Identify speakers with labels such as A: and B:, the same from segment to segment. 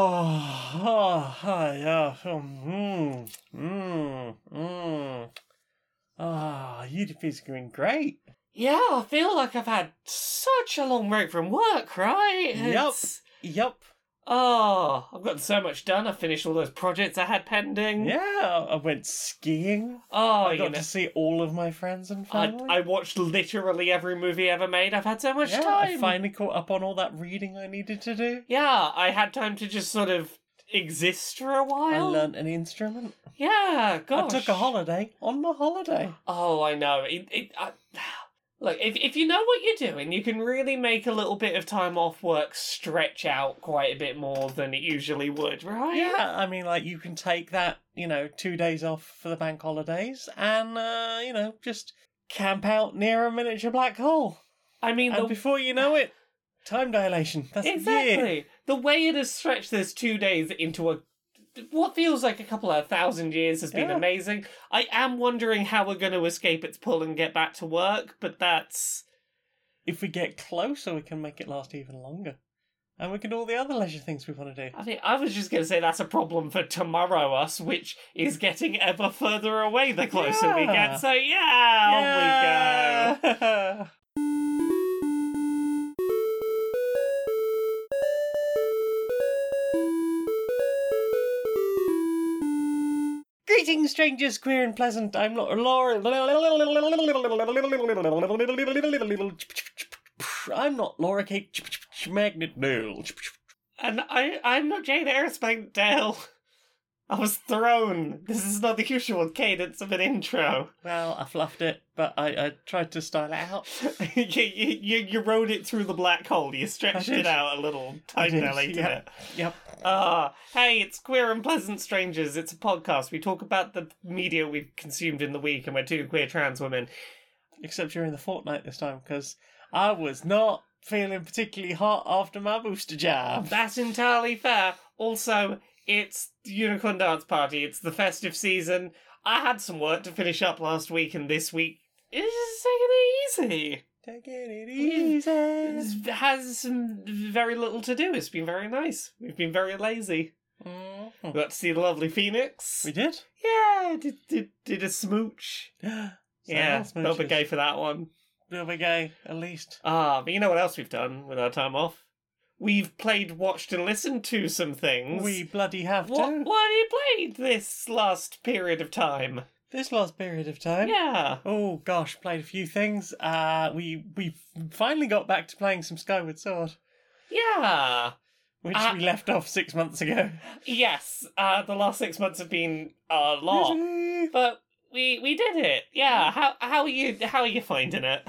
A: Oh, ah, ja, mm, mm, mm. Ah, Udipi's doing great.
B: Yeah, I feel like I've had such a long break from work, right?
A: Yep.
B: It's-
A: Yup.
B: Oh, I've gotten so much done. I finished all those projects I had pending.
A: Yeah, I went skiing.
B: Oh,
A: I
B: you
A: got
B: know,
A: to see all of my friends and
B: I,
A: family.
B: I watched literally every movie ever made. I've had so much
A: yeah,
B: time.
A: I finally caught up on all that reading I needed to do.
B: Yeah, I had time to just sort of exist for a
A: I
B: while.
A: learnt an instrument.
B: Yeah, gosh.
A: I took a holiday on my holiday.
B: Oh, I know. It, it, I, look, if, if you know what you're doing, you can really make a little bit of time off work stretch out quite a bit more than it usually would, right?
A: Yeah, I mean, like you can take that, you know, two days off for the bank holidays, and uh, you know, just camp out near a miniature black hole,
B: I mean,
A: and
B: the,
A: before you know it, time dilation. That's a year.
B: exactly. The way it has stretched those two days into a what feels like a couple of thousand years has been
A: Yeah.
B: amazing. I am wondering how we're going to escape its pull and get back to work, but that's
A: If we get closer, we can make it last even longer, and we can do all the other leisure things we want to do.
B: I think I was just going to say that's a problem for tomorrow us, which is getting ever further away the closer we
A: Yeah.
B: get. So Oh yeah, on we go.
A: Yeah. Greetings, strangers, queer and pleasant. I'm Laura. Laura. I'm not Laura Kate Magnet Noel.
B: And I, I'm not Jane Aerospace Dale. I was thrown. This is not the usual cadence of an intro.
A: Well, I fluffed it, but I, I tried to style it out.
B: you, you, you, you rode it through the black hole. You stretched
A: did.
B: it out a little,
A: I
B: time
A: did,
B: dilated
A: yeah.
B: it.
A: Yep.
B: Ah, hey, it's Queer and Pleasant Strangers. It's a podcast. We talk about the media we've consumed in the week, and we're two queer trans women.
A: except during the fortnight this time because I was not feeling particularly hot after my booster jab.
B: That's entirely fair. Also, it's the Unicorn Dance Party. It's the festive season. I had some work to finish up last week, and this week is just taking it easy.
A: Taking it
B: It's-
A: easy.
B: It has some very little to do. It's been very nice. We've been very lazy. We got to see the lovely Phoenix.
A: Mm-hmm. We did.
B: Yeah, did did, did a smooch. yeah,
A: that's
B: little bit gay for that one.
A: Little bit gay, at least.
B: Ah, but you know what else we've done with our time off? We've played, watched, and listened to some things.
A: We bloody have
B: What,
A: to.
B: what have you played this last period of time?
A: This last period of time.
B: Yeah.
A: Oh gosh, played a few things. Uh, we we finally got back to playing some Skyward Sword,
B: Yeah.
A: which
B: Ah.
A: we left off six months ago.
B: Yes, uh, the last six months have been a lot.
A: Busy.
B: But we we did it. Yeah. How how are you how are you finding it?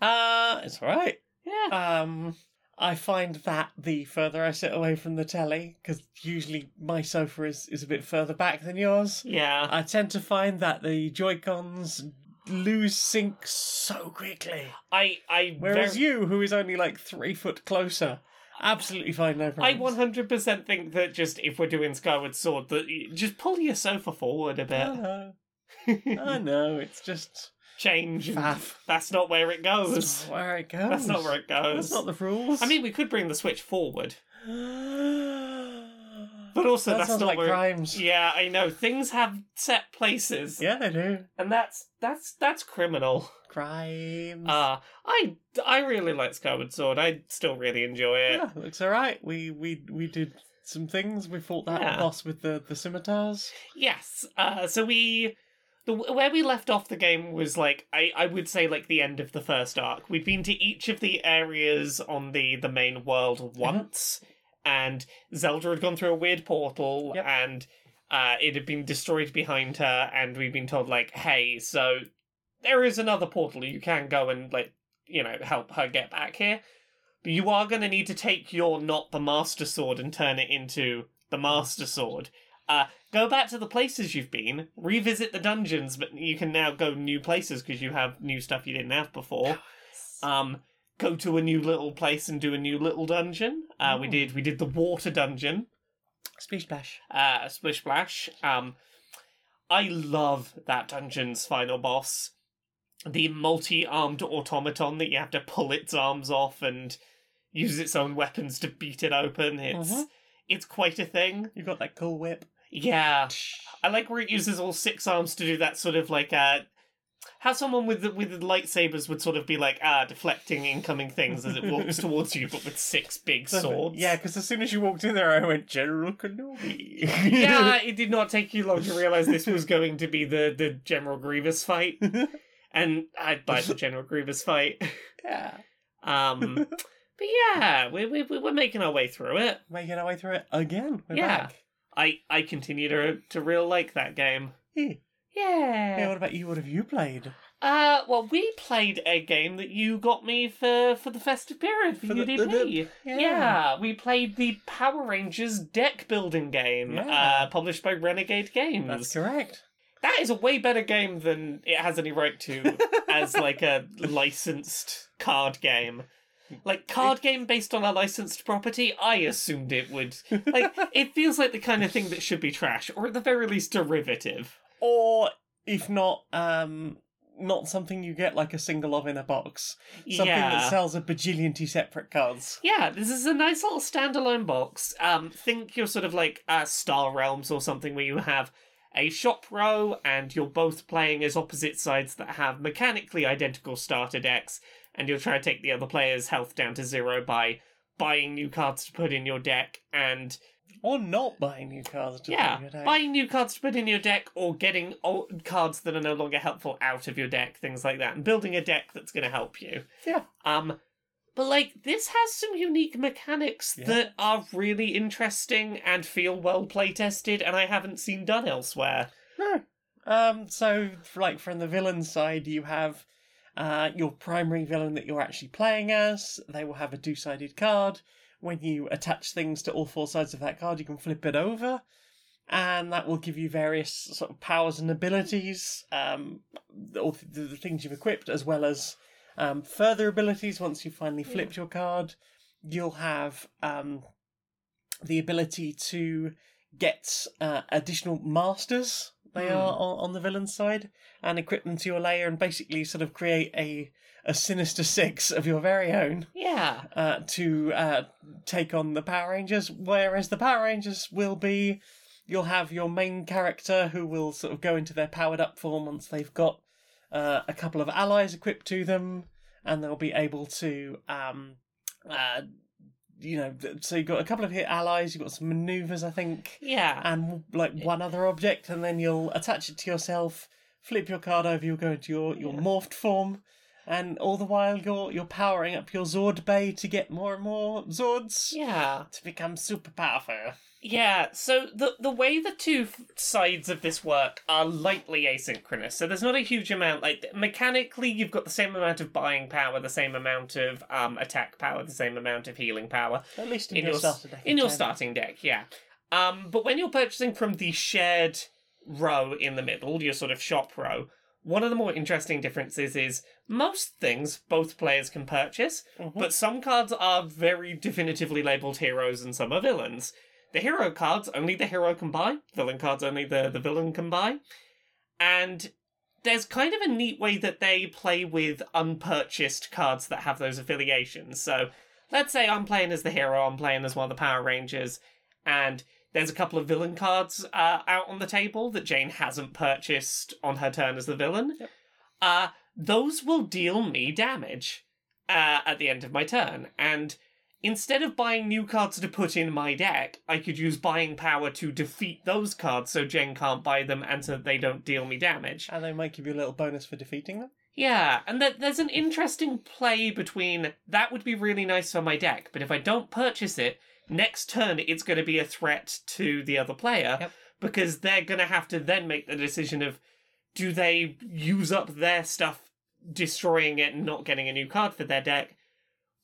A: Uh, it's all right.
B: Yeah.
A: Um, I find that the further I sit away from the telly, because usually my sofa is, is a bit further back than yours,
B: Yeah.
A: I tend to find that the Joy Cons lose sync so quickly.
B: I I
A: Whereas
B: very-
A: you, who is only like three foot closer, absolutely find no
B: I
A: problems.
B: 100% think that just if we're doing Skyward Sword, that you- just pull your sofa forward a
A: I
B: bit.
A: know. I know. It's just
B: Change. and-
A: faff.
B: That's not where it
A: That's
B: goes.
A: not where it goes.
B: That's not where it goes.
A: That's not the rules.
B: I mean, we could bring the Switch forward.
A: but
B: But also,
A: that
B: that's
A: sounds
B: not
A: like
B: where-
A: crimes.
B: Yeah, I know. Things have set places.
A: yeah, they do.
B: And that's that's that's criminal.
A: Crimes.
B: Uh I I really like Skyward Sword. I still really enjoy it.
A: Yeah, looks all right. We we we did some things. We fought that
B: Yeah.
A: boss with the the scimitars.
B: Yes. Uh so we the where we left off the game was like I I would say like the end of the first arc. We'd been to each of the areas on the the main world once and Zelda had gone through a weird portal
A: Yep.
B: and uh it had been destroyed behind her and we'd been told like hey, so there is another portal you can go and like you know help her get back here. But you are going to need to take your not the master sword and turn it into the master sword. Uh, go back to the places you've been, revisit the dungeons, but you can now go new places because you have new stuff you didn't have before.
A: Uh,
B: Um, go to a new little place and do a new little dungeon. Uh, we
A: Ooh.
B: did we did the water dungeon,
A: Splish splash.
B: uh, Splish Splash. Um, I love that dungeon's final boss. The multi armed automaton that you have to pull its arms off and uses its own weapons to beat it open. It's
A: Mhm.
B: it's quite a thing.
A: You got that cool whip.
B: Yeah, I like where it uses all six arms to do that sort of like uh how someone with the, with the lightsabers would sort of be like ah deflecting incoming things as it walks towards you, but with six big swords.
A: Yeah, because as soon as you walked in there, I went General Kenobi.
B: yeah, it did not take you long to realize this was going to be the, the General Grievous fight, and I'd buy the General Grievous fight.
A: yeah.
B: Um, but yeah, we, we we- we're making our way through it.
A: Making our way through it again. We're
B: Yeah.
A: back.
B: I I continue to to real like that game.
A: Yeah. Hey,
B: Yeah.
A: what about you? What have you played?
B: Uh, well, we played a game that you got me for for the festive period for,
A: For the-
B: UDP.
A: the-
B: yeah. we played the Power Rangers deck building game,
A: Yeah.
B: uh, published by Renegade Games.
A: That's correct.
B: That is a way better game than it has any right to as like a licensed card game. Like card game based on a licensed property, I assumed it would. Like it feels like the kind of thing that should be trash, or at the very least derivative.
A: Or if not, um, not something you get like a single of in a box. Something that
B: yeah,
A: sells a bajillion T separate cards.
B: yeah. This is a nice little standalone box. Um, think you're sort of like uh, Star Realms or something where you have a shop row and you're both playing as opposite sides that have mechanically identical starter decks, and you'll try to take the other player's health down to zero by buying new cards to put in your deck and
A: Or not buying new cards to
B: yeah
A: play your deck.
B: buying new cards to put in your deck or getting old cards that are no longer helpful out of your deck things like that and building a deck that's going to help you
A: Yeah.
B: um but like this has some unique mechanics
A: Yeah.
B: that are really interesting and feel well play tested and i haven't seen done elsewhere
A: No. Um, so, like from the villain side, you have uh, your primary villain that you're actually playing as. They will have a two sided card. When you attach things to all four sides of that card, you can flip it over, and that will give you various sort of powers and abilities, um, all th- the, the things you've equipped, as well as um, further abilities. Once you've finally flipped your card, you'll have um, the ability to get uh, additional masters. They
B: Hmm.
A: are on, on the villain side, and equip them to your layer, and basically sort of create a a sinister six of your very own
B: yeah
A: uh, to uh, take on the Power Rangers. Whereas the Power Rangers will be, you'll have your main character who will sort of go into their powered up form once they've got uh, a couple of allies equipped to them, and they'll be able to, um, uh, you know, th- so you've got a couple of hit allies, you've got some maneuvers, I think
B: yeah
A: and like one other object, and then you'll attach it to yourself, flip your card over, you'll go into your, your
B: Yeah.
A: morphed form, and all the while you're you're powering up your Zord Bay to get more and more Zords
B: yeah
A: to become super powerful.
B: Yeah, so the the way the two f- sides of this work are lightly asynchronous. So there's not a huge amount like mechanically you've got the same amount of buying power, the same amount of um attack power, the same amount of healing power
A: At least in,
B: In
A: your,
B: your s-
A: starter deck.
B: in your
A: okay.
B: starting deck, yeah. Um but when you're purchasing from the shared row in the middle, your sort of shop row, one of the more interesting differences is most things both players can purchase,
A: Mhm.
B: but some cards are very definitively labeled heroes and some are villains. The hero cards only the hero can buy, villain cards only the, the villain can buy. And there's kind of a neat way that they play with unpurchased cards that have those affiliations. So let's say I'm playing as the hero, I'm playing as one of the Power Rangers, and there's a couple of villain cards uh, out on the table that Jane hasn't purchased on her turn as the villain.
A: Yep.
B: Uh, those will deal me damage uh, at the end of my turn. And instead of buying new cards to put in my deck, I could use buying power to defeat those cards so Jen can't buy them and so they don't deal me damage.
A: and they might give you a little bonus for defeating them.
B: Yeah, and that there's an interesting play between that would be really nice for my deck, but if I don't purchase it, next turn it's going to be a threat to the other player
A: Yep.
B: because they're going to have to then make the decision of do they use up their stuff destroying it and not getting a new card for their deck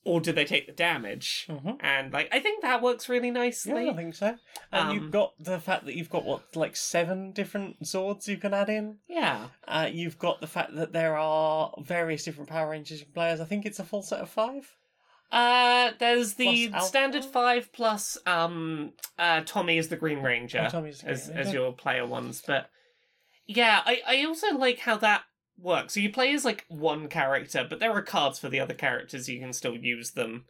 B: or do they take the damage?
A: Mm-hmm.
B: And like I think that works really nicely.
A: Yeah, I think so. And
B: Um,
A: you've got the fact that you've got what like seven different Zords you can add in.
B: yeah.
A: Uh, you've got the fact that there are various different Power Rangers players. I think it's a full set of five.
B: Uh, there's the
A: Plus Alpha?
B: standard five plus um uh Tommy is the Green Ranger
A: Oh, Tommy's the
B: as
A: Green
B: as
A: Ranger.
B: your player ones, but yeah, I I also like how that works. So you play as like one character, but there are cards for the other characters. You can still use them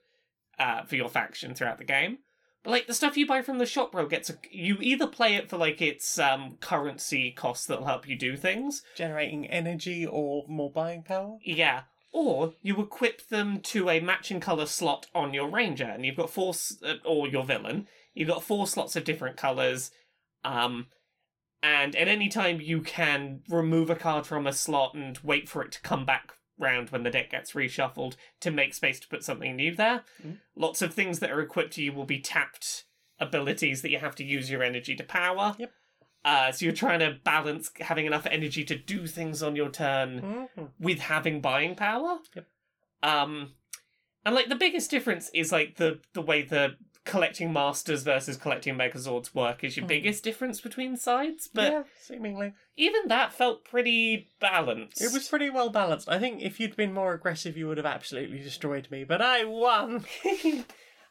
B: uh, for your faction throughout the game. But like the stuff you buy from the shop, bro, gets a, you either play it for like its um, currency costs that'll help you do things,
A: generating energy or more buying power.
B: yeah, or you equip them to a matching color slot on your ranger, and you've got four s- uh, or your villain. You've got four slots of different colors, um, and at any time you can remove a card from a slot and wait for it to come back round when the deck gets reshuffled to make space to put something new there.
A: Mm.
B: Lots of things that are equipped to you will be tapped abilities that you have to use your energy to power.
A: Yep.
B: Uh, so you're trying to balance having enough energy to do things on your turn with having buying power.
A: Yep.
B: Um, and like the biggest difference is like the the way the collecting masters versus collecting megazords work is your
A: Mhm.
B: biggest difference between sides. But
A: yeah, seemingly
B: even that felt pretty balanced.
A: it was pretty well balanced. I think if you'd been more aggressive, you would have absolutely destroyed me. But I won.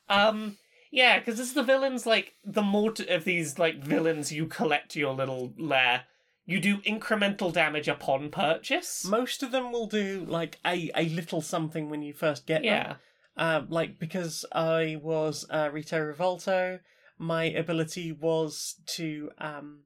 B: um. Yeah, because it's the villains. Like the more t- of these like villains you collect to your little lair, you do incremental damage upon purchase.
A: Most of them will do like a a little something when you first get them.
B: yeah,
A: Um, like because I was uh, Rito Revolto, my ability was to um,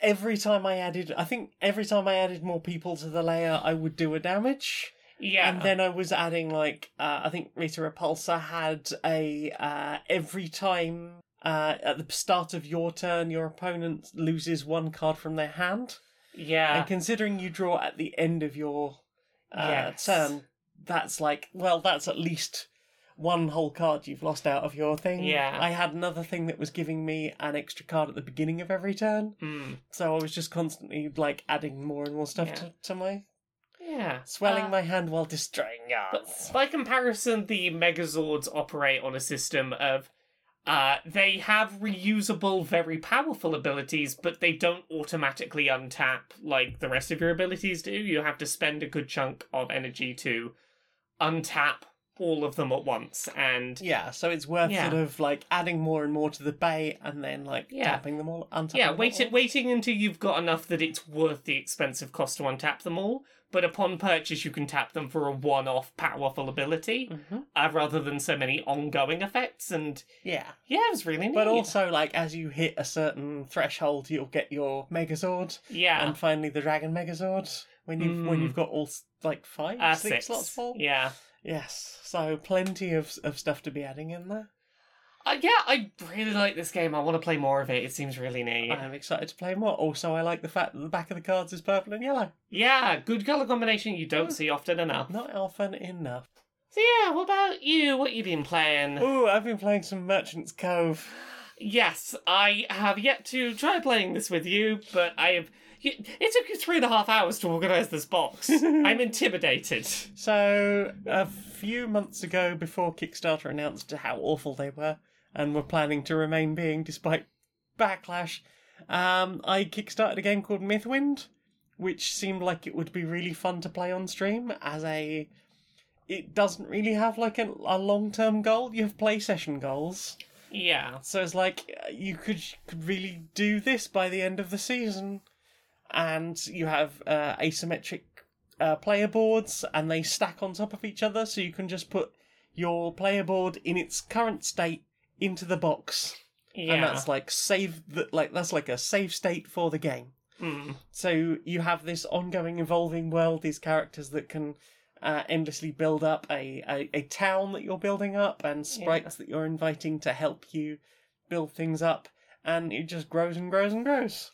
A: every time I added, I think every time I added more people to the layer, I would do a damage,
B: yeah.
A: and then I was adding like uh, I think Rita Repulsa had a uh, every time. Uh, at the start of your turn, your opponent loses one card from their hand,
B: yeah,
A: and considering you draw at the end of your uh,
B: Yes.
A: turn, that's like, well, that's at least one whole card you've lost out of your thing.
B: Yeah.
A: I had another thing that was giving me an extra card at the beginning of every turn,
B: Mm.
A: so I was just constantly like adding more and more stuff
B: Yeah.
A: to, to my
B: yeah.
A: swelling
B: Uh,
A: my hand while destroying
B: But
A: yards.
B: by comparison, the Megazords operate on a system of uh, they have reusable, very powerful abilities, but they don't automatically untap like the rest of your abilities do. You have to spend a good chunk of energy to untap all of them at once. And
A: Yeah, so it's worth
B: Yeah.
A: sort of like adding more and more to the bay and then like
B: Yeah.
A: tapping them all, untapping
B: yeah,
A: them
B: waiting
A: all.
B: waiting until you've got enough that it's worth the expensive cost to untap them all. But upon purchase, you can tap them for a one-off powerful ability,
A: Mhm.
B: uh, rather than so many ongoing effects. And
A: Yeah.
B: Yeah, it was really neat.
A: But also, like, as you hit a certain threshold, you'll get your Megazord,
B: yeah,
A: and finally the Dragon Megazord when you've when
B: Mm.
A: you've got all s- like five,
B: uh,
A: six,
B: six.
A: slots full.
B: Yeah,
A: Yes, so plenty of of stuff to be adding in there.
B: uh, yeah, I really like this game. I want to play more of it. It seems really neat.
A: I am excited to play more. Also, I like the fact that the back of the cards is purple and yellow.
B: yeah, good color combination you don't see often enough.
A: Not often enough.
B: So yeah, what about you? What you been playing?
A: Ooh, I've been playing some Merchant's Cove.
B: Yes, I have yet to try playing this with you, but I have. y- It took you three and a half hours to organize this box. I'm intimidated.
A: So, a few months ago, before Kickstarter announced how awful they were and were planning to remain being despite backlash, um, I kickstarted a game called Mythwind, which seemed like it would be really fun to play on stream as a. It doesn't really have like a, a long term goal. You have play session goals.
B: Yeah,
A: So it's like uh, you could you could really do this by the end of the season, and you have uh, asymmetric uh, player boards, and they stack on top of each other, so you can just put your player board in its current state into the box,
B: yeah.
A: and that's like save the, like that's like a save state for the game.
B: Mm.
A: So you have this ongoing evolving world, these characters that can uh, endlessly build up a, a, a town that you're building up and sprites that you're inviting to help you build things up. And it just grows and grows and grows.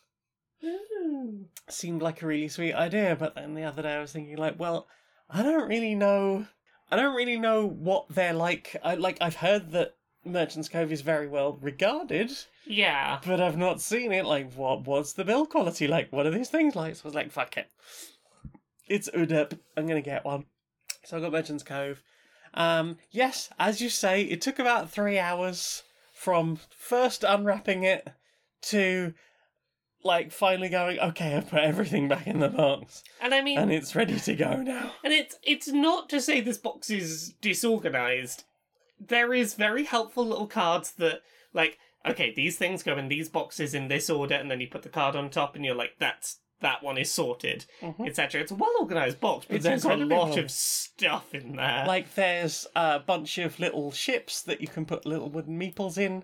A: Seemed like a really sweet idea, but then the other day I was thinking like, well, I don't really know. I don't really know what they're like. I like I've heard that Merchant's Cove is very well regarded,
B: Yeah.
A: but I've not seen it. Like, what was the build quality like? What are these things like? So I was like, fuck it. It's Udip. I'm going to get one. So I got Merchant's Cove. Um, yes, as you say, it took about three hours from first unwrapping it to like finally going, okay, I put everything back in the box
B: And I mean,
A: and it's ready to go now.
B: And it's it's not to say this box is disorganized. There is very helpful little cards that like okay, these things go in these boxes in this order, and then you put the card on top, and you're like, that's that one is sorted,
A: Mhm.
B: etc. It's a well organized box, but
A: It's
B: there's a
A: incredibly
B: lot
A: well-
B: of stuff in there.
A: Like there's a bunch of little ships that you can put little wooden meeples in.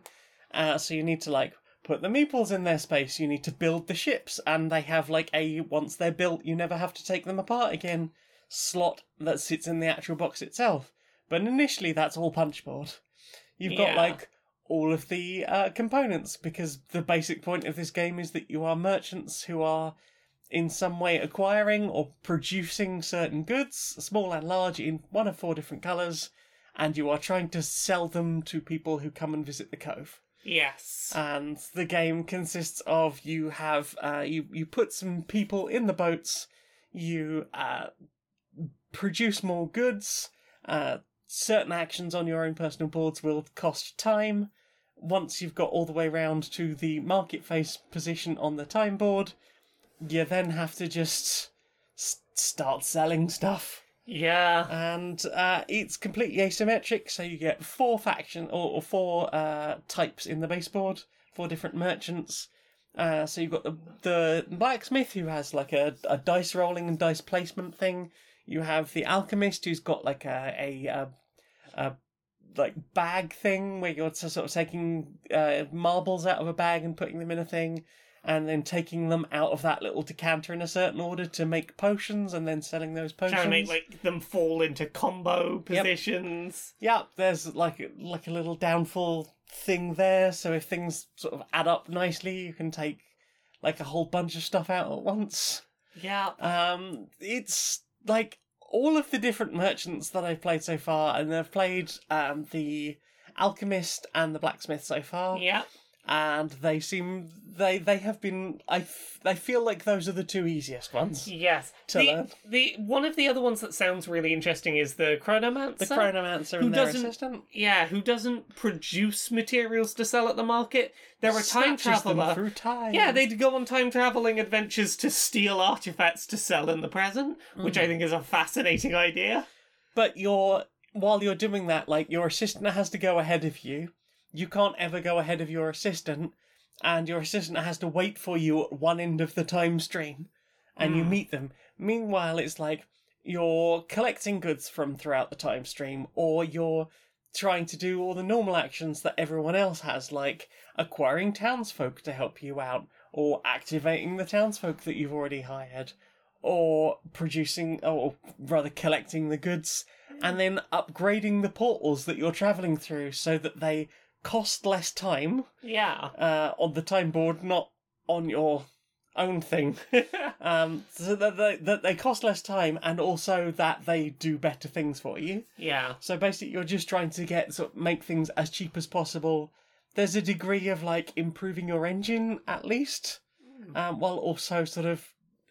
A: Uh, so you need to like put the meeples in their space. You need to build the ships, and they have like a once they're built, you never have to take them apart again slot that sits in the actual box itself. But initially, that's all punchboard. You've got
B: Yeah.
A: like all of the uh, components because the basic point of this game is that you are merchants who are in some way acquiring or producing certain goods, small and large, in one of four different colours, and you are trying to sell them to people who come and visit the cove.
B: yes.
A: And the game consists of you have uh, you you put some people in the boats, you uh, produce more goods. Uh, certain actions on your own personal boards will cost time. Once you've got all the way round to the market face position on the time board, you then have to just s- start selling stuff
B: yeah.
A: and uh, it's completely asymmetric. So you get four faction or, or four uh, types in the baseboard, four different merchants. Uh, so you've got the the blacksmith who has like a, a dice rolling and dice placement thing. You have the alchemist who's got like a a, uh a like bag thing where you're sort of taking uh, marbles out of a bag and putting them in a thing. And then taking them out of that little decanter in a certain order to make potions, and then selling those potions.
B: Trying to make like them fall into combo positions.
A: Yep, there's like a- like a little downfall thing there. So if things sort of add up nicely, you can take like a whole bunch of stuff out at once.
B: Yeah.
A: Um, it's like all of the different merchants that I've played so far, and I've played um the alchemist and the blacksmith so far,
B: Yeah.
A: and they seem they they have been I f- I feel like those are the two easiest ones.
B: Yes.
A: To
B: The,
A: learn.
B: the one of the other ones that sounds really interesting is the chronomancer.
A: The chronomancer
B: who
A: and their
B: doesn't-
A: assistant
B: yeah, who doesn't produce materials to sell at the market? They're a time
A: snatches them
B: traveler.
A: through time.
B: Yeah, they'd go on time traveling adventures to steal artifacts to sell in the present, which
A: Mm.
B: I think is a fascinating idea.
A: but you're while you're doing that like your assistant has to go ahead of you you can't ever go ahead of your assistant and your assistant has to wait for you at one end of the time stream and you meet them meanwhile it's like you're collecting goods from throughout the time stream or you're trying to do all the normal actions that everyone else has like acquiring townsfolk to help you out or activating the townsfolk that you've already hired or producing or rather collecting the goods and then upgrading the portals that you're traveling through so that they cost less time
B: Yeah.
A: uh, on the time board not on your own thing um, so that they, that they cost less time and also that they do better things for you
B: yeah.
A: so basically, you're just trying to get sort of make things as cheap as possible. There's a degree of like improving your engine at least, um, while also sort of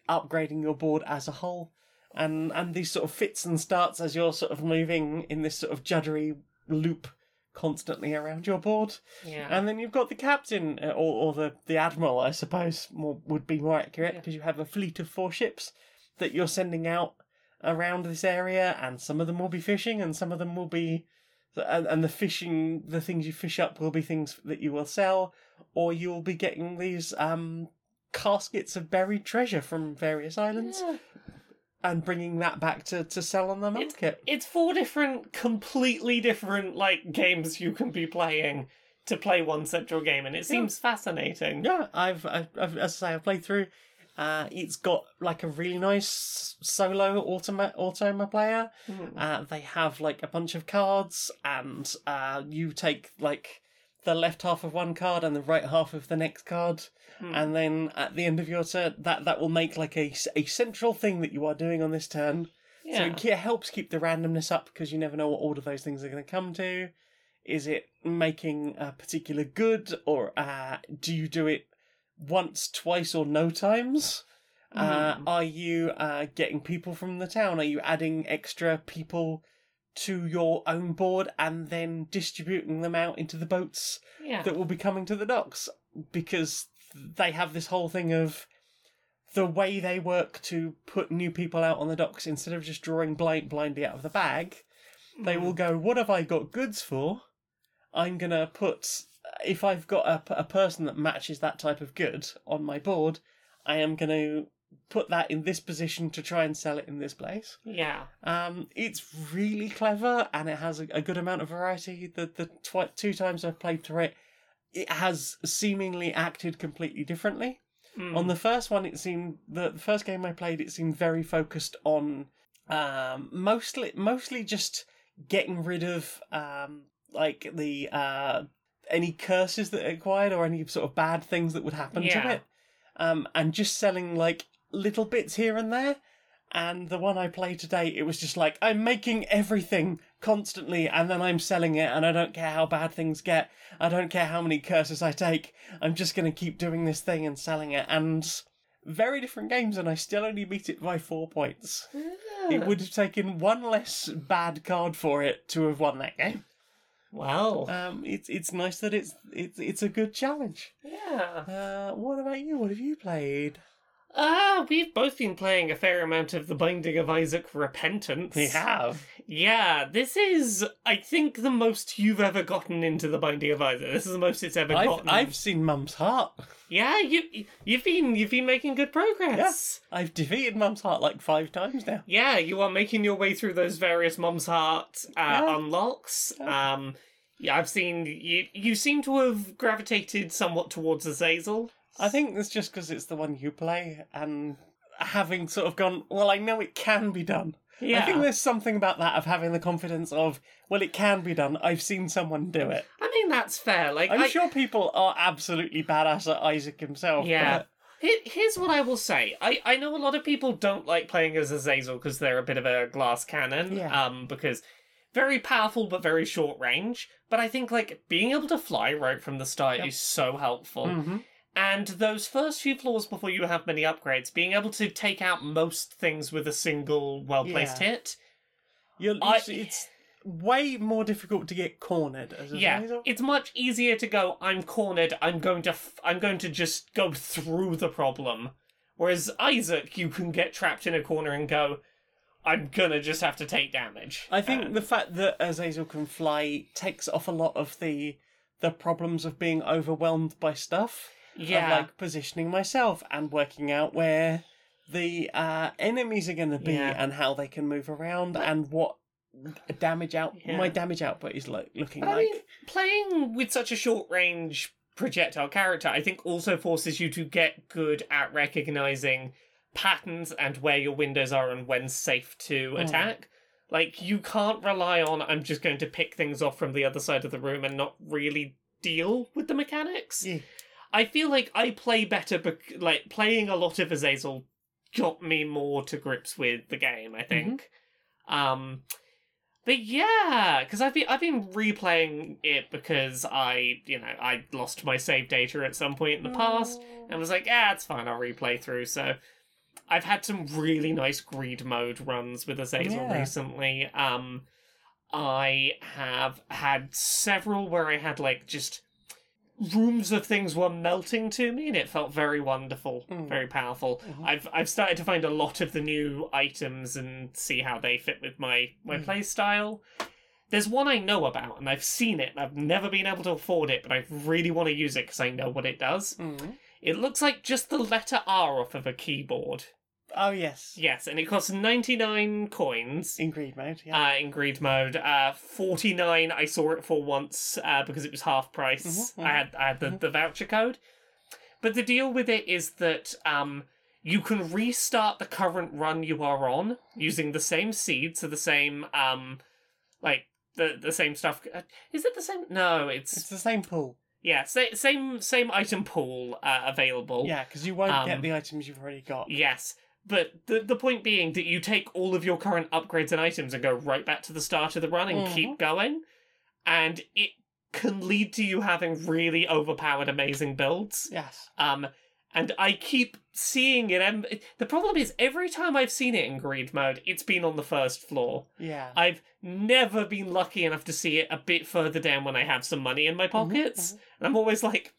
A: upgrading your board as a whole, and and these sort of fits and starts as you're sort of moving in this sort of juddery loop constantly around your board.
B: Yeah.
A: And then you've got the captain, uh, or, or the, the admiral, I suppose, more, would be more accurate, because you have a fleet of four ships that you're sending out around this area, and some of them will be fishing, and some of them will be. And, and the fishing, the things you fish up will be things that you will sell, or you'll be getting these um, caskets of buried treasure from various islands
B: Yeah.
A: and bringing that back to, to sell on the market.
B: It's four different, completely different, like, games you can be playing to play one central game, and it seems fascinating.
A: Yeah, I've, I've, I've as I say, I've played through. Uh, it's got like a really nice solo automa automa player.
B: Hmm.
A: Uh, they have like a bunch of cards, and uh, you take like the left half of one card and the right half of the next card,
B: Hmm.
A: and then at the end of your turn, that that will make like a s- a central thing that you are doing on this turn. So
B: Yeah.
A: it ke- helps keep the randomness up because you never know what order those things are going to come to. Is it making a particular good, or uh, do you do it once, twice, or no times? Uh,
B: Hmm.
A: are you uh, getting people from the town? Are you adding extra people to your own board and then distributing them out into the boats
B: yeah.
A: that will be coming to the docks? Because they have this whole thing of the way they work to put new people out on the docks instead of just drawing blind blindly out of the bag.
B: Hmm.
A: They will go, What have I got goods for? I'm going to put, if I've got a, a person that matches that type of good on my board, I am going to put that in this position to try and sell it in this place.
B: Yeah.
A: Um, it's really clever and it has a, a good amount of variety. The the twi- two times I've played through it, it has seemingly acted completely differently.
B: Mm.
A: On the first one, it seemed the, the first game I played, it seemed very focused on um, mostly mostly just getting rid of um, like the uh, any curses that it acquired or any sort of bad things that would happen
B: Yeah.
A: to it, um, and just selling like little bits here and there. And the one I played today, it was just like I'm making everything constantly, and then I'm selling it, and I don't care how bad things get. I don't care how many curses I take. I'm just going to keep doing this thing and selling it. And very different games, and I still only beat it by four points.
B: Hmm.
A: It would have taken one less bad card for it to have won that game.
B: Well.
A: Um, it's it's nice that it's it's it's a good challenge.
B: yeah.
A: Uh, what about you? What have you played?
B: Ah, we've both been playing a fair amount of The Binding of Isaac Repentance.
A: have.
B: Yeah, this is, I think, the most you've ever gotten into The Binding of Isaac. This is the most it's ever
A: I've
B: gotten.
A: I've seen Mum's Heart.
B: Yeah, you you've been you've been making good progress.
A: I've defeated Mum's Heart like five times now.
B: Yeah, you are making your way through those various Mom's Heart uh,
A: Yeah.
B: unlocks. Um, yeah, I've seen you. You seem to have gravitated somewhat towards Azazel.
A: I think it's just because it's the one you play, and having sort of gone, well, I know it can be done. I
B: Yeah,
A: think there's something about that of having the confidence of, well, it can be done. I've seen someone do it.
B: I mean that's fair. Like,
A: I'm
B: I-
A: sure people are absolutely badass at Isaac himself.
B: Yeah.
A: but-
B: Here- Here's what I will say. I, I know a lot of people don't like playing as Azazel because they're a bit of a glass cannon.
A: Yeah.
B: Um, because very powerful but very short range. But I think like being able to fly right from the start
A: Yep.
B: is so helpful.
A: Mhm.
B: And those first few floors before you have many upgrades, being able to take out most things with a single well placed
A: Yeah.
B: hit.
A: You're,
B: I-
A: it's, it's way more difficult to get cornered as a
B: yeah,
A: Azazel.
B: it's much easier to go. I'm cornered. I'm going to. F- I'm going to just go through the problem. Whereas Isaac, you can get trapped in a corner and go. I'm gonna just have to take damage.
A: I think
B: Uh,
A: the fact that Azazel can fly takes off a lot of the the problems of being overwhelmed by stuff. of,
B: yeah,
A: like positioning myself and working out where the uh, enemies are going to be
B: Yeah.
A: and how they can move around and what damage out
B: Yeah.
A: my damage output is like looking
B: But I
A: like.
B: mean, playing with such a short range projectile character, I think also forces you to get good at recognizing patterns and where your windows are and when safe to
A: Mm.
B: attack. Like, you can't rely on, I'm just going to pick things off from the other side of the room and not really deal with the mechanics.
A: Yeah.
B: I feel like I play better, bec- like, playing a lot of Azazel got me more to grips with the game, I think. Um, but yeah, because I've been I've been replaying it because I you know I lost my save data at some point in
A: Mm.
B: the past and was like ah it's fine I'll replay through. So I've had some really nice greed mode runs with Azazel
A: Yeah.
B: recently. Um, I have had several where I had like just rooms of things were melting to me and it felt very wonderful,
A: Mm.
B: very powerful.
A: Mhm.
B: I've I've started to find a lot of the new items and see how they fit with my my
A: Mm.
B: play style. There's one I know about and I've seen it and I've never been able to afford it, but I really want to use it because I know what it does.
A: Mm.
B: It looks like just the letter R off of a keyboard.
A: Oh yes,
B: Yes, and it costs 99 coins
A: in greed mode. Yeah.
B: uh, in greed mode. Uh, forty nine. I saw it for once uh, because it was half price.
A: Mhm, mhm,
B: I had I had the, the voucher code. But the deal with it is that um, you can restart the current run you are on using the same seeds, so the same um, like the the same stuff. uh, Is it the same? No, it's,
A: it's the same pool.
B: yeah, sa- same same item pool uh, available.
A: Yeah, because you won't
B: Um,
A: get the items you've already got.
B: Yes. But the the point being that you take all of your current upgrades and items and go right back to the start of the run and keep going. And it can lead to you having really overpowered amazing builds.
A: Yes.
B: Um and I keep seeing it and the problem is every time I've seen it in greed mode, it's been on the first floor.
A: Yeah.
B: I've never been lucky enough to see it a bit further down when I have some money in my
A: Mm-hmm,
B: pockets. And I'm always like,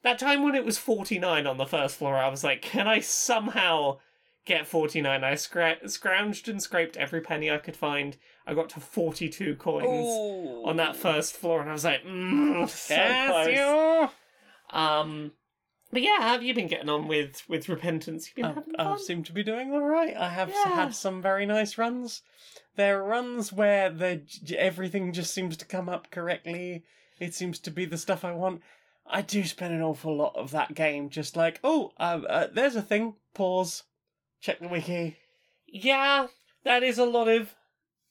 B: that time when it was 49 on the first floor, I was like, can I somehow get 49? I scra- scrounged and scraped every penny I could find. I got to 42 coins
A: Ooh.
B: on that first floor, and I was like, mm, so
A: Yes,
B: close.
A: you.
B: Um, But yeah, how have you been getting on with with repentance? You've been
A: I,
B: having
A: I
B: fun.
A: Oh, seem to be doing all right. I have s-
B: Yeah.
A: had some very nice runs. There are runs where they're j- everything just seems to come up correctly. It seems to be the stuff I want. I do spend an awful lot of that game just like, oh, uh, uh, there's a thing. Pause. Check the wiki.
B: Yeah, that is a lot of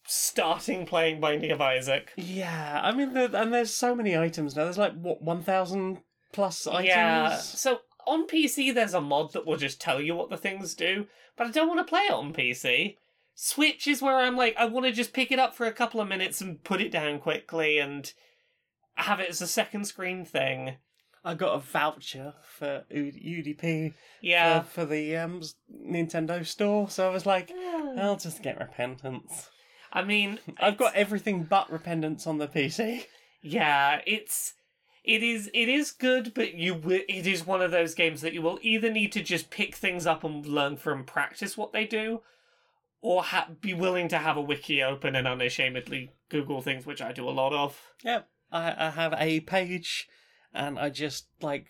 B: starting playing Binding of Isaac.
A: Yeah, I mean, the, and there's so many items now. There's like what 1,000 plus items.
B: Yeah. So on PC, there's a mod that will just tell you what the things do, but I don't want to play it on PC. Switch is where I'm like, I want to just pick it up for a couple of minutes and put it down quickly and have it as a second screen thing.
A: I got a voucher for U- UDP
B: Yeah.
A: for, for the um, s- Nintendo store, so I was like, I'll just get repentance.
B: I mean,
A: I've
B: it's-
A: got everything but repentance on the PC.
B: Yeah, it's it is it is good, but you wi- it is one of those games that you will either need to just pick things up and learn from practice what they do, or ha- be willing to have a wiki open and unashamedly Google things, which I do a lot of.
A: I, I have a page, and I just like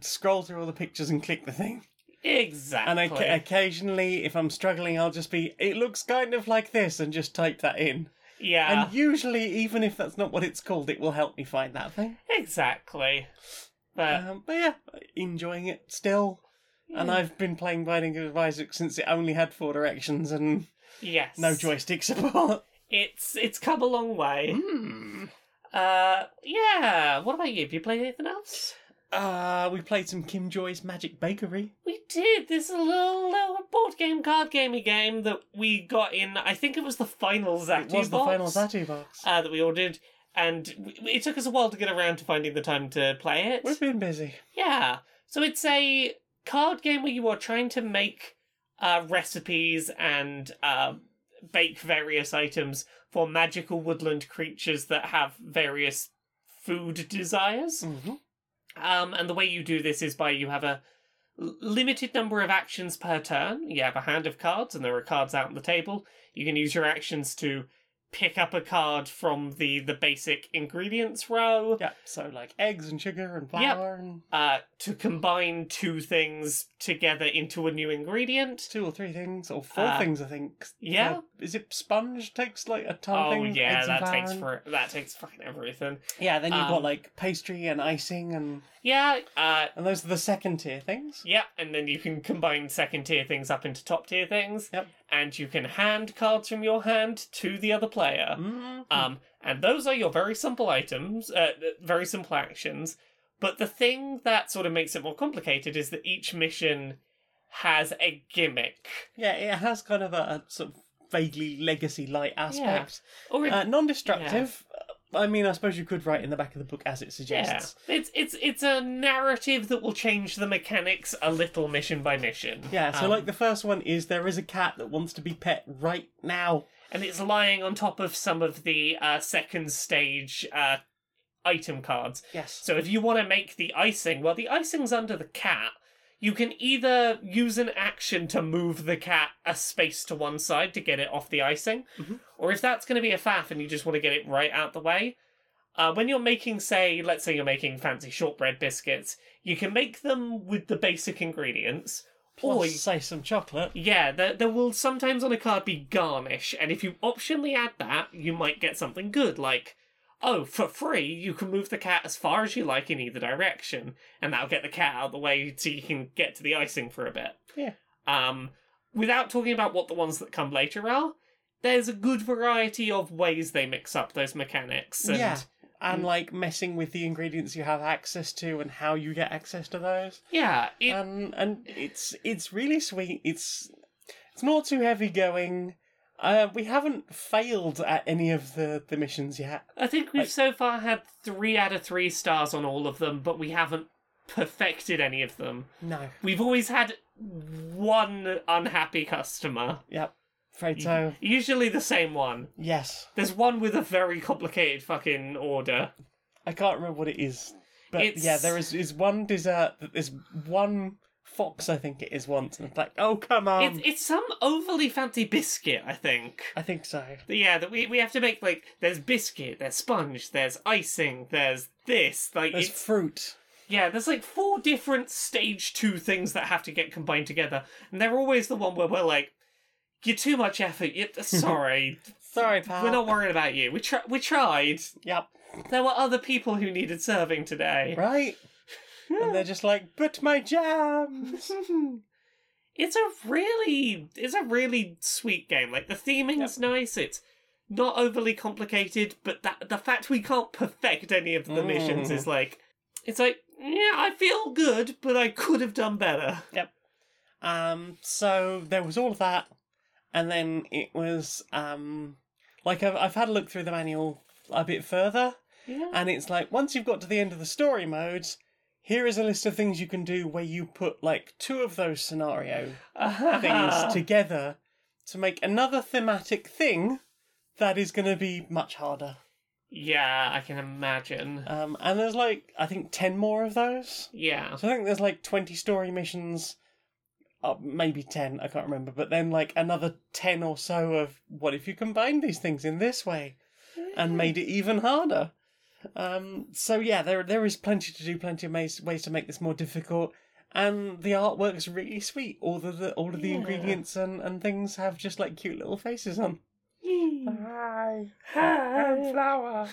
A: scroll through all the pictures and click the thing.
B: Exactly.
A: And I, ca- occasionally, if I'm struggling, I'll just be, it looks kind of like this, and just type that in.
B: yeah,
A: And usually, even if that's not what it's called, it will help me find that thing.
B: exactly. But
A: Um, but yeah, enjoying it still. And I've been playing Binding of Isaac since it only had four directions and
B: yes,
A: no joystick support.
B: It's it's come a long way.
A: Hmm.
B: Uh, yeah. What about you? Have you played anything else?
A: Uh, we played some Kim Joy's Magic Bakery.
B: We did. This is a little, little board game, card gamey game that we got in. I think it was the final
A: It
B: Zatu
A: was the
B: box,
A: final Zatu box.
B: uh, that we all did, and w- it took us a while to get around to finding the time to play it.
A: We've been busy.
B: Yeah. So it's a card game where you are trying to make uh, recipes and uh, bake various items for magical woodland creatures that have various food desires.
A: Mm-hmm.
B: Um, and the way you do this is by you have a l- limited number of actions per turn. You have a hand of cards, and there are cards out on the table. You can use your actions to pick up a card from the the basic ingredients row.
A: Yeah, so like eggs and sugar and flour and
B: Uh, to combine two things together into a new ingredient.
A: two or three things, or four
B: Uh,
A: things, I think.
B: yeah.
A: Uh, is it sponge takes like a ton of
B: Oh
A: things?
B: yeah,
A: eggs and
B: that
A: flour
B: takes
A: and-
B: for that takes fucking everything.
A: Yeah, then you've
B: um,
A: got like pastry and icing and.
B: Yeah, uh,
A: And those are the second tier things.
B: yeah, and then you can combine second tier things up into top tier things.
A: Yep.
B: And you can hand cards from your hand to the other player.
A: Mhm.
B: Um, and those are your very simple items, uh, very simple actions. But the thing that sort of makes it more complicated is that each mission has a gimmick.
A: yeah, it has kind of a, a sort of vaguely legacy light aspect.
B: Or it,
A: Uh, non destructive. I mean, I suppose you could write in the back of the book as it
B: yeah,
A: suggests.
B: it's it's it's a narrative that will change the mechanics a little mission by mission.
A: Yeah, so
B: Um,
A: like the first one is there is a cat that wants to be pet right now.
B: and it's lying on top of some of the uh, second stage uh, item cards.
A: Yes.
B: So if you want to make the icing, well, the icing's under the cat. You can either use an action to move the cat a space to one side to get it off the icing,
A: Mhm.
B: or if that's going to be a faff and you just want to get it right out the way, uh, when you're making, say, let's say you're making fancy shortbread biscuits, you can make them with the basic ingredients.
A: Plus,
B: Or-
A: say some chocolate.
B: Yeah, there, there will sometimes on a card be garnish, and if you optionally add that, you might get something good, like, oh, for free, you can move the cat as far as you like in either direction, and that'll get the cat out of the way so you can get to the icing for a bit.
A: Yeah.
B: Um, without talking about what the ones that come later are, there's a good variety of ways they mix up those mechanics. And
A: Yeah. And like messing with the ingredients you have access to and how you get access to those.
B: Yeah, it,
A: and and it's it's really sweet. It's it's not too heavy going. Uh, we haven't failed at any of the, the missions yet.
B: I think we've
A: Like-
B: so far had three out of three stars on all of them, but we haven't perfected any of them.
A: No.
B: We've always had one unhappy customer.
A: Yep. Afraid so.
B: Usually the same one.
A: Yes.
B: There's one with a very complicated fucking order.
A: I can't remember what it is. But
B: It's-
A: yeah, there is, is one dessert that there's one fox I think it is once and it's like, oh come on.
B: it's it's some overly fancy biscuit, I think.
A: I think so.
B: Yeah, that we we have to make like there's biscuit, there's sponge, there's icing, there's this. Like
A: There's
B: it's
A: fruit.
B: Yeah, there's like four different stage two things that have to get combined together, and they're always the one where we're like, "You're too much effort. You're sorry,
A: Sorry, pal.
B: we're not worrying about you. We tr- we tried.
A: Yep.
B: There were other people who needed serving today. Hmm.
A: Right? and they're just like, but my jams.
B: it's a really it's a really sweet game. Like the theming's nice. It's not overly complicated, but that the fact we can't perfect any of the missions
A: Mm.
B: is like it's like yeah, I feel good, but I could have done better.
A: Um, so there was all of that, and then it was um, like I've I've had a look through the manual a bit further,
B: Yeah.
A: and it's like once you've got to the end of the story modes, here is a list of things you can do where you put like two of those scenario
B: Uh-huh.
A: things together to make another thematic thing that is going to be much harder.
B: yeah, I can imagine.
A: Um, and there's like I think ten more of those.
B: Yeah.
A: So I think there's like 20 story missions, uh, maybe 10, I can't remember, but then like another 10 or so of what if you combine these things in this way
B: Mm.
A: and made it even harder. Um, so yeah, there there is plenty to do, plenty of ways, ways to make this more difficult. And the artwork's really sweet. All of the all of the
B: Yeah.
A: ingredients and, and things have just like cute little faces on.
B: Mm.
A: Hi, flower.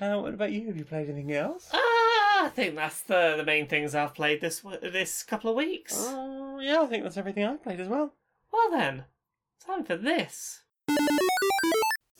A: uh, what about you? Have you played anything else?
B: Ah, I think that's the the main things I've played this w- this couple of weeks.
A: Uh, yeah, I think that's everything I played as well.
B: Well then, time for this.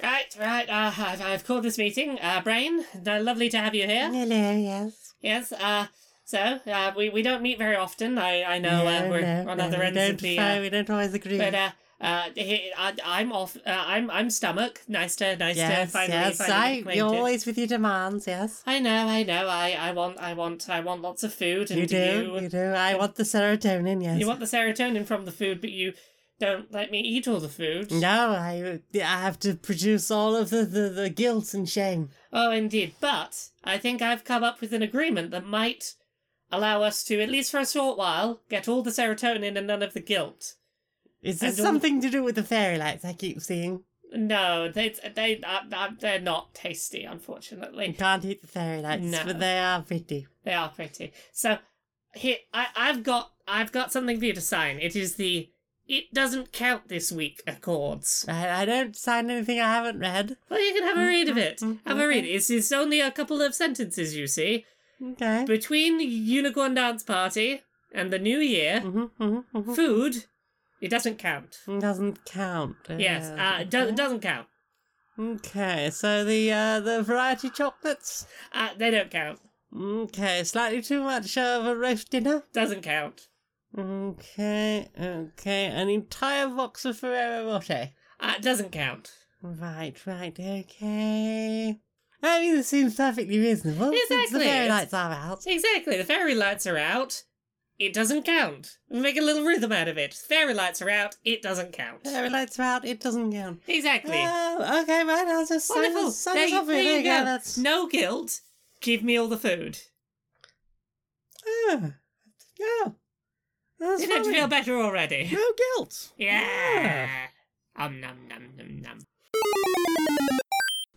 B: Right, right. Uh, I've, I've called this meeting. Uh, Brain, uh, lovely to have you here.
C: Hello, yes.
B: Yes. Uh, so uh, we we don't meet very often. I I know uh,
C: No,
B: we're
C: no,
B: on
C: no,
B: other
C: we
B: ends
C: don't
B: of the.
C: fi-
B: Uh,
C: we don't always agree.
B: but uh, uh, he, I, I'm off. Uh, I'm I'm stomach. Nice to nice
C: yes,
B: to finally
C: yes,
B: finally
C: I,
B: get acquainted.
C: you're always with your demands, yes.
B: I know, I know. I, I want, I want, I want lots of food, and
C: You do, you do. I want the serotonin, yes.
B: You want the serotonin from the food, but you don't let me eat all the food.
C: no, I, I have to produce all of the, the, the guilt and shame.
B: Oh, indeed. But I think I've come up with an agreement that might allow us to, at least for a short while, get all the serotonin and none of the guilt.
C: Is
B: And
C: this
B: all-
C: something to do with the fairy lights I keep seeing?
B: No, they, they, uh, uh, they're not tasty,
C: You
B: unfortunately.
C: can't eat the fairy lights,
B: No.
C: but they are pretty.
B: They are pretty. So, here, I, I've got, I've got something for you to sign. It is the "It doesn't count this week" accords.
C: I, I don't sign anything I haven't read.
B: Well, you can have a read of it.
C: mm,
B: Have a read.
C: okay.
B: It's, it's only a couple of sentences, you see.
C: Okay.
B: Between Unicorn Dance Party and the New Year,
C: hmm hmm hmm
B: food, it doesn't count.
C: Doesn't count.
B: Yes, uh, it do-
C: Oh, okay.
B: it doesn't count.
C: Okay, so the uh, the variety chocolates.
B: Uh, they don't count.
C: Okay, slightly too much of a roast dinner.
B: Doesn't count.
C: Okay, okay, an entire box of Ferrero Rocher.
B: Uh, doesn't count.
C: Right, right, okay. I mean, this seems perfectly reasonable. Since the
B: Exactly,
C: fairy
B: it's-
C: lights are out.
B: Exactly. The fairy lights are out. It doesn't count. We make a little rhythm out of it. Fairy lights are out. It doesn't count.
C: Fairy lights are out. It doesn't count.
B: Exactly.
C: Oh, okay, right. I'll just sign
B: Wonderful.
C: this. Sign
B: there
C: this
B: you,
C: off.
B: there
C: There
B: you go.
C: go. That's
B: No guilt. Give me all the food.
C: yeah, yeah. That's
B: You don't
C: fine.
B: feel better already.
C: No guilt.
B: Yeah. Um num num num num.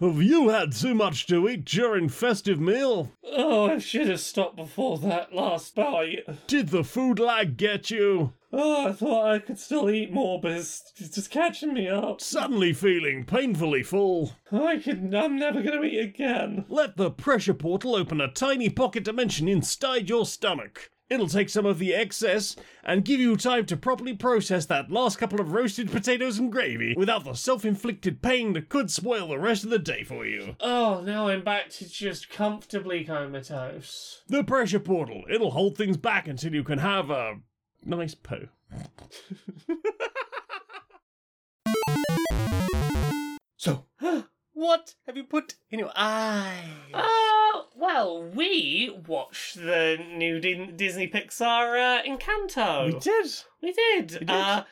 D: Have you had too much to eat during festive meal?
B: Oh, I should have stopped before that last bite.
D: Did the food lag get you?
B: Oh, I thought I could still eat more, but it's, it's just catching me up.
D: Suddenly feeling painfully full?
B: I can. I'm never gonna eat again.
D: Let the pressure portal open a tiny pocket dimension inside your stomach. It'll take some of the excess and give you time to properly process that last couple of roasted potatoes and gravy without the self inflicted pain that could spoil the rest of the day for you.
B: Oh, now I'm back to just comfortably comatose.
D: The pressure portal, it'll hold things back until you can have a nice poo.
A: So, what have you put in your eye?
B: Uh, well, we watched the new Din- Disney Pixar uh, Encanto.
A: We did.
B: We did.
A: did.
B: Uh,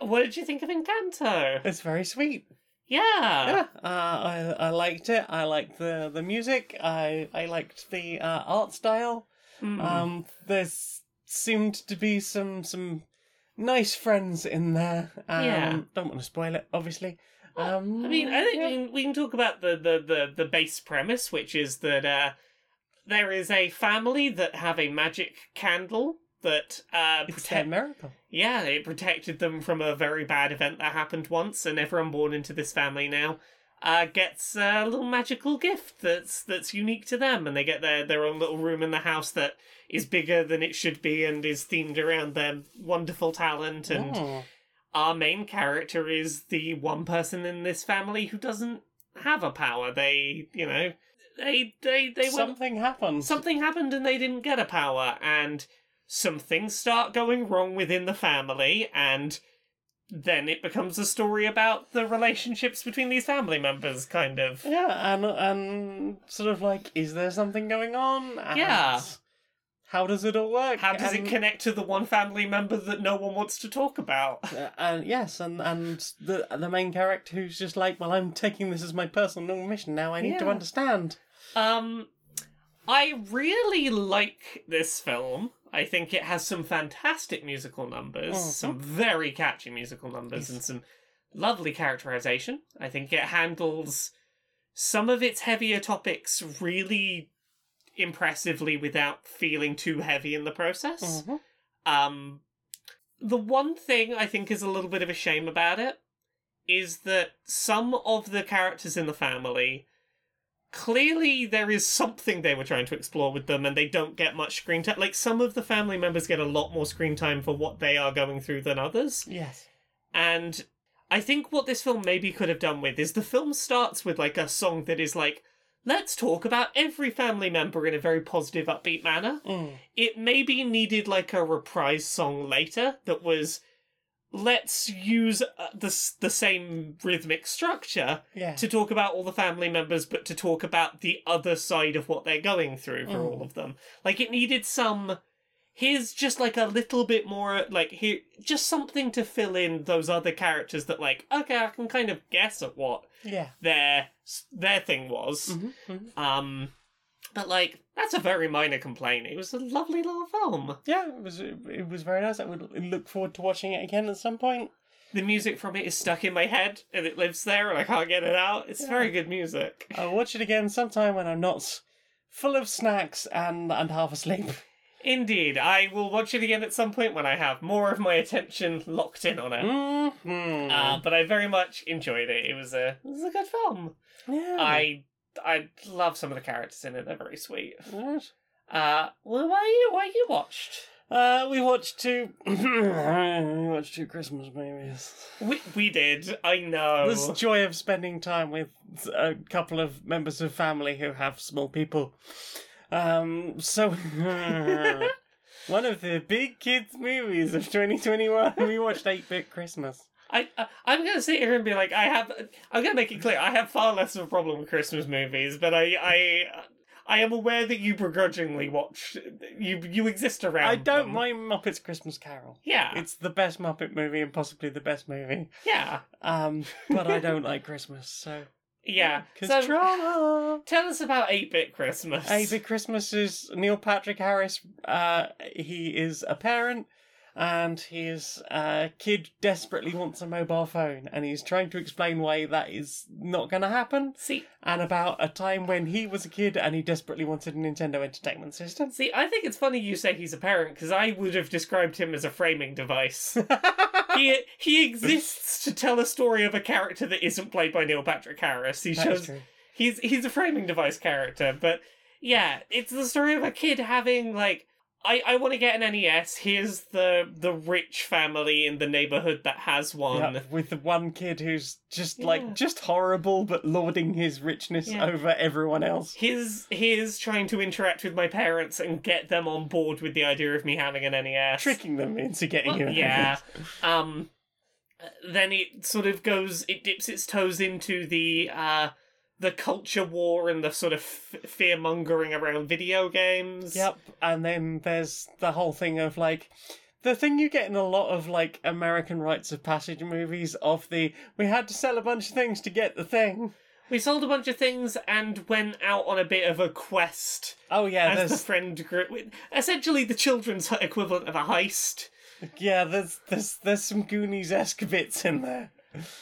B: what did you think of Encanto?
A: It's very sweet.
B: Yeah.
A: Yeah, uh, I I liked it. I liked the the music. I I liked the uh, art style.
B: Mm.
A: Um, there seemed to be some some nice friends in there. Um,
B: Yeah.
A: Don't want to spoil it, obviously. Um,
B: I mean, I think
A: yeah.
B: we, can, we can talk about the, the, the, the base premise, which is that uh, there is a family that have a magic candle that uh,
A: It's
B: protect-
A: their miracle.
B: yeah, it protected them from a very bad event that happened once, and everyone born into this family now uh, gets a little magical gift that's that's unique to them, and they get their their own little room in the house that is bigger than it should be and is themed around their wonderful talent. And
A: Oh.
B: our main character is the one person in this family who doesn't have a power. They, you know, they they they went
A: Something happened.
B: something happened and they didn't get a power and some things start going wrong within the family and then it becomes a story about the relationships between these family members kind of
A: Yeah, and and sort of like, is there something going on? And
B: Yeah.
A: How does it all work?
B: how does it
A: And-
B: connect to the one family member that no one wants to talk about
A: Uh, and yes, and and the the main character who's just like, well, I'm taking this as my personal mission now. I need to
B: Yeah.
A: understand.
B: Um, I really like this film. I think it has some fantastic musical numbers,
A: Mhm.
B: some very catchy musical numbers, and some lovely characterization. I think it handles some of its heavier topics really impressively without feeling too heavy in the process.
A: Mhm.
B: Um, the one thing I think is a little bit of a shame about it is that some of the characters in the family clearly there is something they were trying to explore with them and they don't get much screen time like some of the family members get a lot more screen time for what they are going through than others
A: Yes.
B: and I think what this film maybe could have done with is the film starts with like a song that is like, let's talk about every family member in a very positive, upbeat manner.
A: Mm.
B: It maybe needed like a reprise song later that was, let's use uh, the, s- the same rhythmic structure
A: Yeah.
B: to talk about all the family members, but to talk about the other side of what they're going through for all of them. Like it needed some. Here's just like a little bit more, like here, just something to fill in those other characters that, like, okay, I can kind of guess at what
A: yeah.
B: their their thing was.
A: Mhm, mhm.
B: Um, but like, that's a very minor complaint. It was a lovely little film.
A: Yeah. It was it was very nice. I would look forward to watching it again at some point.
B: The music from it is stuck in my head, and it lives there, and I can't get it out. It's very good music.
A: I'll watch it again sometime when I'm not s- full of snacks and and half asleep.
B: Indeed, I will watch it again at some point when I have more of my attention locked in on it.
A: Mm-hmm.
B: Uh, but I very much enjoyed it. It was a it was a good film. Mm.
A: yeah.
B: I I love some of the characters in it. They're very sweet.
A: Right.
B: Uh, well, what you what you watched?
A: Uh, we watched two. we watched two Christmas movies.
B: We we did. I know.
A: This joy of spending time with a couple of members of family who have small people. Um, so one of the big kids movies of 2021. We watched Eight Bit Christmas.
B: I, I I'm gonna sit here and be like, I have. I'm gonna make it clear. I have far less of a problem with Christmas movies, but I I. I am aware that you begrudgingly watch. You you exist around.
A: I don't
B: them.
A: mind Muppets Christmas Carol.
B: Yeah,
A: It's the best Muppet movie and possibly the best movie.
B: yeah,
A: Um, but I don't like Christmas, so
B: yeah.
A: because
B: So-
A: drama.
B: Tell us about 8 Bit Christmas.
A: Hey, the Christmas is Neil Patrick Harris. Uh, he is a parent, and his uh, kid desperately wants a mobile phone, and he's trying to explain why that is not going to happen,
B: See,
A: and about a time when he was a kid and he desperately wanted a Nintendo Entertainment System.
B: see, I think it's funny you say he's a parent because I would have described him as a framing device. he he exists to tell a story of a character that isn't played by Neil Patrick Harris. He
A: That is
B: shows
A: true.
B: he's he's a framing device character, but yeah, it's the story of a kid having like I, I want to get an NES. Here's the the rich family in the neighborhood that has one.
A: Yeah, with the one kid who's just
B: Yeah.
A: like just horrible, but lauding his richness
B: Yeah.
A: over everyone else.
B: His his trying to interact with my parents and get them on board with the idea of me having an NES.
A: Tricking them into getting
B: Well,
A: you. an
B: yeah. Um, then it sort of goes. It dips its toes into the uh, the culture war and the sort of f- fear mongering around video games.
A: Yep, and then there's the whole thing of like the thing you get in a lot of like American rites of passage movies of the we had to sell a bunch of things to get the thing.
B: We sold a bunch of things and went out on a bit of a quest
A: Oh yeah,
B: as the
A: there's
B: friend group. Essentially, the children's equivalent of a heist.
A: yeah, there's there's there's some Goonies esque bits in there.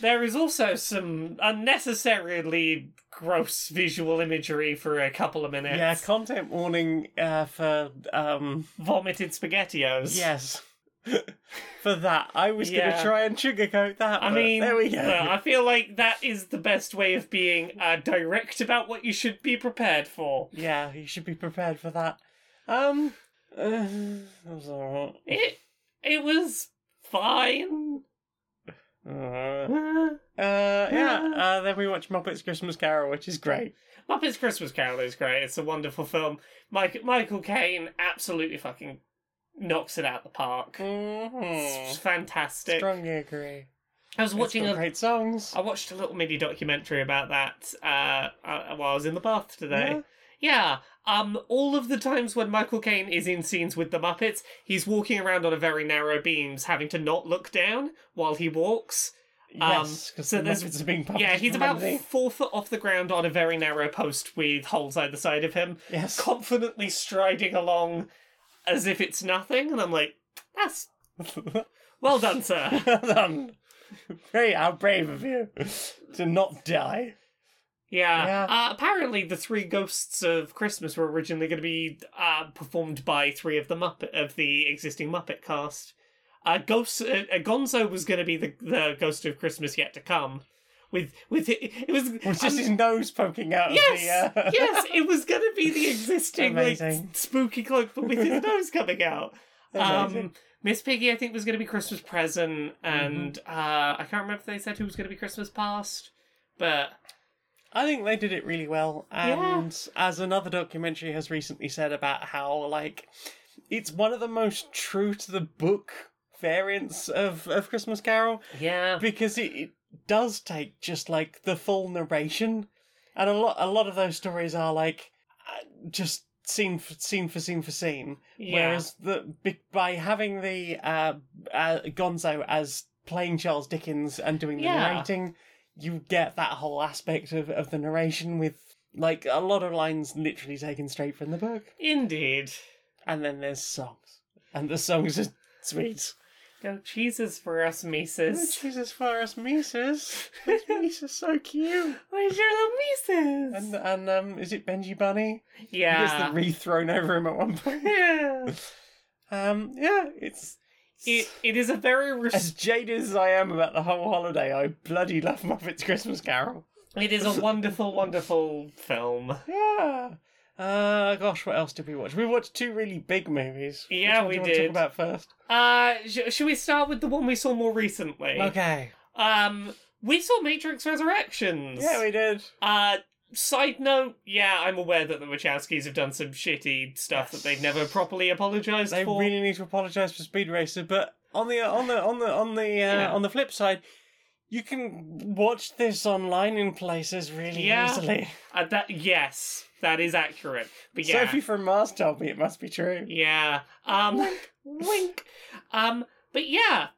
B: There is also some unnecessarily gross visual imagery for a couple of minutes.
D: Yeah, content warning uh, for um
B: Vomited spaghettios.
D: yes. for that, I was
B: Yeah.
D: gonna try and sugarcoat that.
B: I
D: but
B: mean,
D: there we go.
B: well, I feel like that is the best way of being uh, direct about what you should be prepared for.
D: Yeah, you should be prepared for that. Um, uh, that was alright.
B: It it was fine.
D: Uh,
B: Uh,
D: yeah. Uh, then we watch Muppets Christmas Carol, which is great.
B: Muppets Christmas Carol is great. It's a wonderful film. Mike, Michael Caine absolutely fucking knocks it out the park.
D: Mm.
B: It's
D: Mm-hmm.
B: fantastic.
D: Strongly agree.
B: I was watching
D: it's got
B: a Um,
D: great songs.
B: I watched a little mini documentary about that uh, uh, while I was in the bath today. Yeah. Um, all of the times when Michael Caine is in scenes with the Muppets, he's walking around on a very narrow beams, having to not look down while he walks.
D: yes, because
B: so
D: the
B: there's-
D: Muppets are being published.
B: Yeah, he's about
D: Monday.
B: four foot off the ground on a very narrow post with holes either side of him,
D: yes.
B: confidently striding along as if it's nothing. And I'm like, that's well done, sir.
D: Well done. Great, how brave of you to not die.
B: Yeah.
D: Yeah.
B: Uh, apparently, the three ghosts of Christmas were originally going to be uh, performed by three of the Muppet of the existing Muppet cast. Uh, Ghost uh, uh, Gonzo was going to be the the ghost of Christmas yet to come. With with it, it was
D: With just
B: um,
D: his nose poking out
B: yes
D: of the. Uh...
B: yes it was going to be the existing like
D: Amazing.
B: spooky cloak, but with his nose coming out. Um,
D: Amazing. Mm-hmm.
B: Miss Piggy, I think, was going to be Christmas present, and uh, I can't remember if they said who was going to be Christmas past, but.
D: I think they did it really well.
B: Yeah.
D: And as another documentary has recently said about how, like, it's one of the most true to the book variants of, of Christmas Carol
B: Yeah.
D: because it, it does take just like the full narration, and a lot a lot of those stories are like uh, just scene for scene for scene for scene.
B: Yeah.
D: Whereas the be- by having the uh, uh, Gonzo as playing Charles Dickens and doing the
B: Yeah.
D: narrating, you get that whole aspect of, of the narration with like a lot of lines literally taken straight from the book.
B: Indeed.
D: And then there's songs, and the songs are sweet.
B: Go cheeses for us,
D: Oh,
B: Mises.
D: Jesus, for us Mises, Mises so cute.
B: Where's your little Mises?
D: And and um, is it Benji Bunny? He gets
B: yeah.
D: the wreath thrown over him at one point.
B: yeah.
D: Um, yeah, it's
B: It, it is a very
D: As
B: res-
D: jaded as I am about the whole holiday, I bloody love Muppets Christmas Carol.
B: it is a wonderful, wonderful film.
D: Yeah. Uh, gosh, what else did we watch? We watched two really big movies. Which
B: Yeah,
D: one
B: we
D: do you want to
B: did.
D: Talk about first.
B: Uh, sh- should we start with the one we saw more recently?
D: Okay.
B: Um, we saw Matrix Resurrections.
D: Yeah, we did.
B: Uh, side note, yeah, I'm aware that the Wachowskis have done some shitty stuff that they've never properly apologized
D: They
B: for.
D: really need to apologise for Speed Racer, but on the on the on the on the uh,
B: Yeah.
D: on the flip side, you can watch this online in places really
B: Yeah.
D: easily.
B: Uh, that yes, that is accurate. But yeah,
D: Sophie from Mars told me it must be true.
B: Yeah. Um wink. Um but yeah,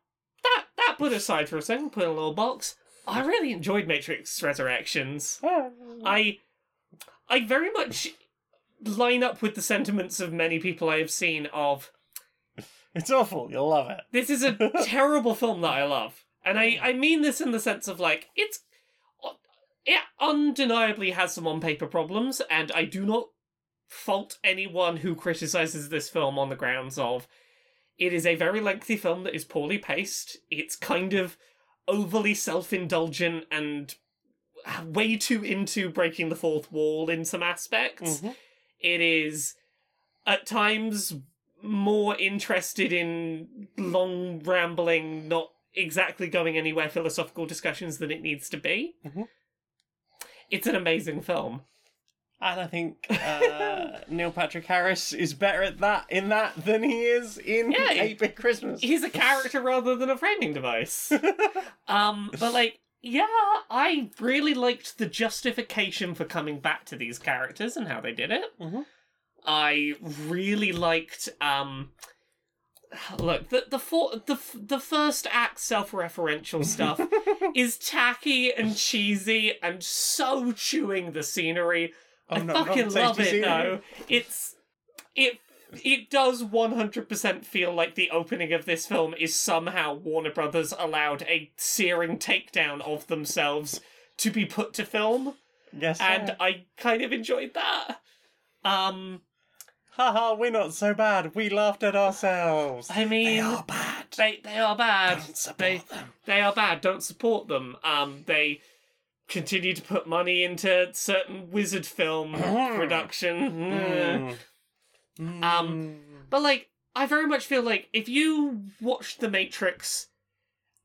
B: that that put aside for a second, put in a little box. I really enjoyed Matrix Resurrections. I I very much line up with the sentiments of many people I have seen of
D: It's awful. You'll love it.
B: this is a terrible film that I love. And I, I mean this in the sense of like, it's. It undeniably has some on paper problems, and I do not fault anyone who criticizes this film on the grounds of it is a very lengthy film that is poorly paced. It's kind of overly self indulgent and way too into breaking the fourth wall in some aspects
D: Mhm.
B: it is at times more interested in long rambling not exactly going anywhere philosophical discussions than it needs to be
D: Mhm.
B: it's an amazing film
D: And I think uh, Neil Patrick Harris is better at that in that than he is in
B: Yeah, he-
D: Eight Bit Christmas.
B: he's a character rather than a framing device um but like yeah i really liked the justification for coming back to these characters and how they did it
D: Mhm.
B: i really liked um look the the for, the f- the first act self-referential stuff is tacky and cheesy and so chewing the scenery.
D: Oh,
B: I
D: no, not
B: fucking
D: the
B: love it
D: safety
B: though. It's it it does 100% feel like the opening of this film is somehow Warner Brothers allowed a searing takedown of themselves to be put to film
D: Yes. sir.
B: and I kind of enjoyed that. Um,
D: haha, we're not so bad. We laughed at ourselves.
B: I mean,
E: They are bad.
B: They they are bad.
E: Don't
B: they
E: support them.
B: they are bad. Don't support them. Um, they continue to put money into certain wizard film production.
D: Mm.
B: uh, Um, But like, I very much feel like if you watched The Matrix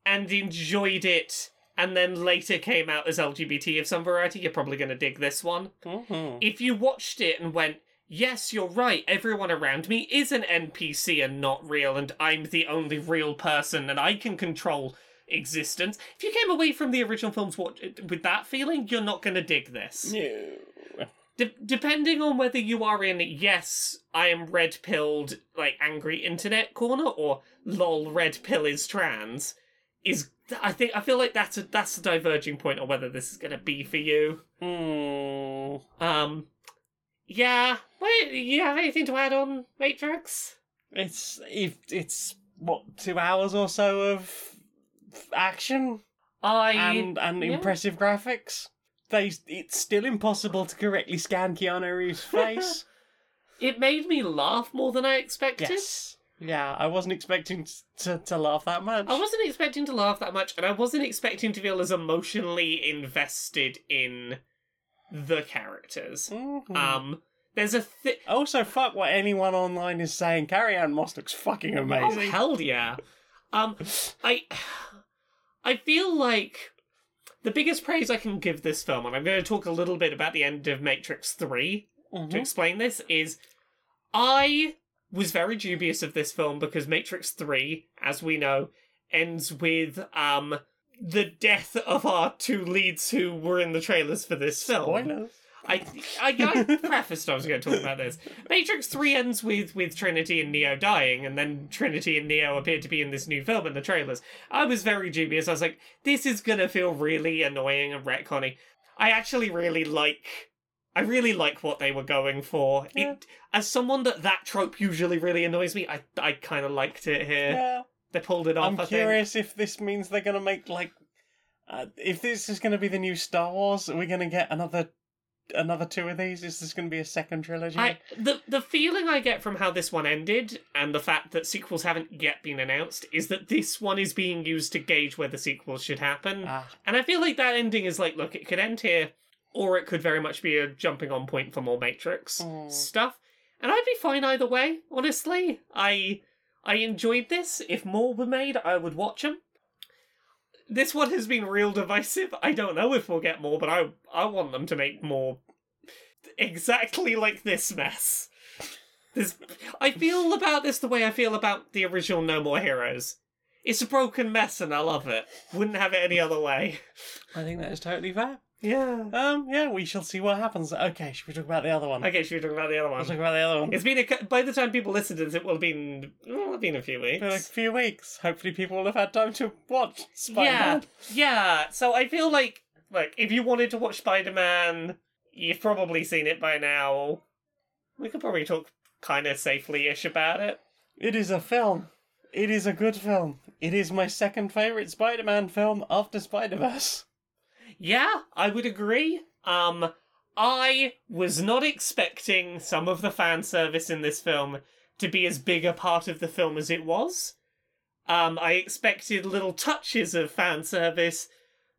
B: and enjoyed it, and then later came out as LGBT of some variety, you're probably going to dig this one.
D: Mhm.
B: If you watched it and went, yes, you're right, everyone around me is an NPC and not real, and I'm the only real person, and I can control existence. If you came away from the original films what, with that feeling, you're not going to dig this.
D: No.
B: De- depending on whether you are in yes, I am red pilled, like angry internet corner, or lol, red pill is trans, is I think I feel like that's a that's a diverging point on whether this is gonna be for you.
D: Mm.
B: Um, yeah, wait, you have anything to add on Matrix?
D: It's if it's what two hours or so of action
B: I
D: and and
B: yeah.
D: impressive graphics. They it's still impossible to correctly scan Keanu Reeves' face.
B: it made me laugh more than I expected.
D: yes. Yeah, I wasn't expecting t- to to laugh that much.
B: I wasn't expecting to laugh that much, and I wasn't expecting to feel as emotionally invested in the characters.
D: Mhm.
B: Um, there's a thi-
D: also, fuck what anyone online is saying. Carrie Ann Moss looks fucking
B: oh
D: amazing.
B: hell yeah. Um, I I feel like the biggest praise I can give this film, and I'm going to talk a little bit about the end of Matrix Three to
D: Mhm.
B: explain this is I was very dubious of this film because Matrix 3, as we know, ends with um the death of our two leads who were in the trailers for this film.
D: Spoilers.
B: I, I I prefaced I was going to talk about this. Matrix Three ends with with Trinity and Neo dying, and then Trinity and Neo appear to be in this new film in the trailers. I was very dubious. I was like, this is gonna feel really annoying and retconny. I actually really like. I really like what they were going for.
D: Yeah.
B: It, as someone that that trope usually really annoys me, I I kind of liked it here.
D: Yeah.
B: They pulled it off.
D: I'm
B: I think.
D: curious if this means they're going to make like, uh, if this is going to be the new Star Wars, are we going to get another, another two of these? Is this going to be a second trilogy?
B: I the the feeling I get from how this one ended and the fact that sequels haven't yet been announced is that this one is being used to gauge whether sequels should happen.
D: Ah,
B: and I feel like that ending is like, look, it could end here, or it could very much be a jumping on point for more Matrix
D: Mm.
B: stuff. And I'd be fine either way, honestly. I I enjoyed this. If more were made, I would watch them. This one has been real divisive. I don't know if we'll get more, but I I want them to make more exactly like this mess. This I feel about this the way I feel about the original No More Heroes. It's a broken mess and I love it. Wouldn't have it any other way.
D: I think that is totally fair.
B: Yeah.
D: Um, yeah, we shall see what happens. Okay, should we talk about the other one?
B: Okay, should we talk about the other
D: Let's talk
B: one?
D: about the other one.
B: It's been a, cou- by the time people listen to this, it will have been well, it'll been a few
D: been a
B: weeks.
D: few weeks. Hopefully, people will have had time to watch
B: Yeah,
D: Spider-Man.
B: yeah. So I feel like like if you wanted to watch Spider Man, you've probably seen it by now. We could probably talk kind of safely ish about it.
D: It is a film. It is a good film. It is my second favorite Spider-Man film after Spider-Verse.
B: Yeah, I would agree. Um, I was not expecting some of the fan service in this film to be as big a part of the film as it was. Um, I expected little touches of fan service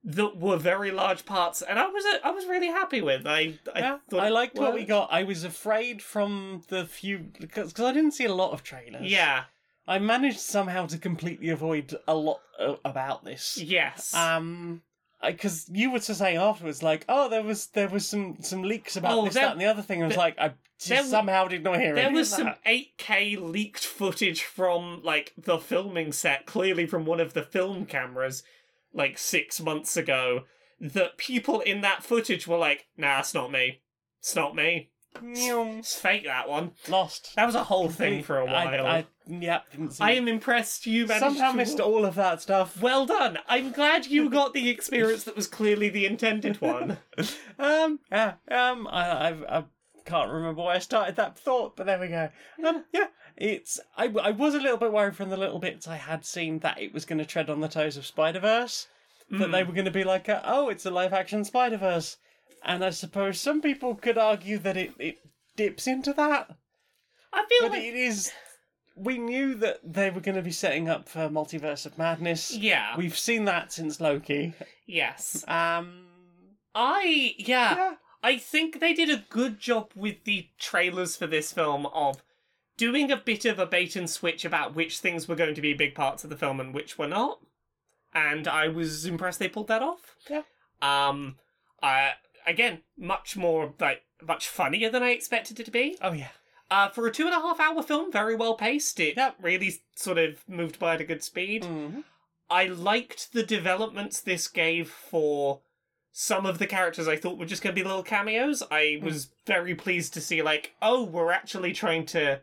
B: that were very large parts, and I was I was really happy with. I I,
D: yeah,
B: thought
D: I
B: it
D: liked what we
B: worked.
D: got. I was afraid from the few because 'cause I didn't see a lot of trailers.
B: Yeah.
D: I managed somehow to completely avoid a lot uh, about this.
B: Yes.
D: Um, because you were to say afterwards, like, oh, there was there was some some leaks about
B: Oh,
D: this,
B: there-
D: that, and the other thing. I was
B: there-
D: like, I
B: there
D: just
B: w-
D: somehow did not hear
B: There
D: any
B: was
D: of
B: some
D: that.
B: 8K leaked footage from like the filming set, clearly from one of the film cameras, like six months ago. That people in that footage were like, "Nah, it's not me. It's not me.
D: Meow.
B: It's fake that one."
D: lost
B: That was a whole thing for a
D: Mm, I-
B: while.
D: I,
B: I,
D: yeah, didn't see it.
B: am impressed you managed
D: somehow
B: to-
D: missed all of that stuff.
B: Well done. I'm glad you got the experience that was clearly the intended one.
D: Um, yeah, um, I, I, I can't remember why I started that thought, but there we go. Um, yeah, it's. I, w- I was a little bit worried from the little bits I had seen that it was going to
B: Mm.
D: uh, tread on the toes of Spider Verse, that they were going to be like, a, oh, it's a live action Spider Verse. And I suppose some people could argue that it, it dips into that.
B: I feel
D: But
B: like
D: it is. We knew that they were going to be setting up for Multiverse of Madness.
B: yeah,
D: We've seen that since Loki.
B: yes.
D: Um,
B: I yeah,
D: yeah.
B: I think they did a good job with the trailers for this film of doing a bit of a bait and switch about which things were going to be big parts of the film and which were not. And I was impressed they pulled that off.
D: Yeah.
B: Um I again, much more like much funnier than I expected it to be.
D: Oh yeah.
B: Uh, for a two and a half hour film, very well paced. It
D: Yep.
B: really sort of moved by at a good speed.
D: Mhm.
B: I liked the developments this gave for some of the characters I thought were just going to be little cameos.
D: Hmm.
B: I was very pleased to see, like, oh, we're actually trying to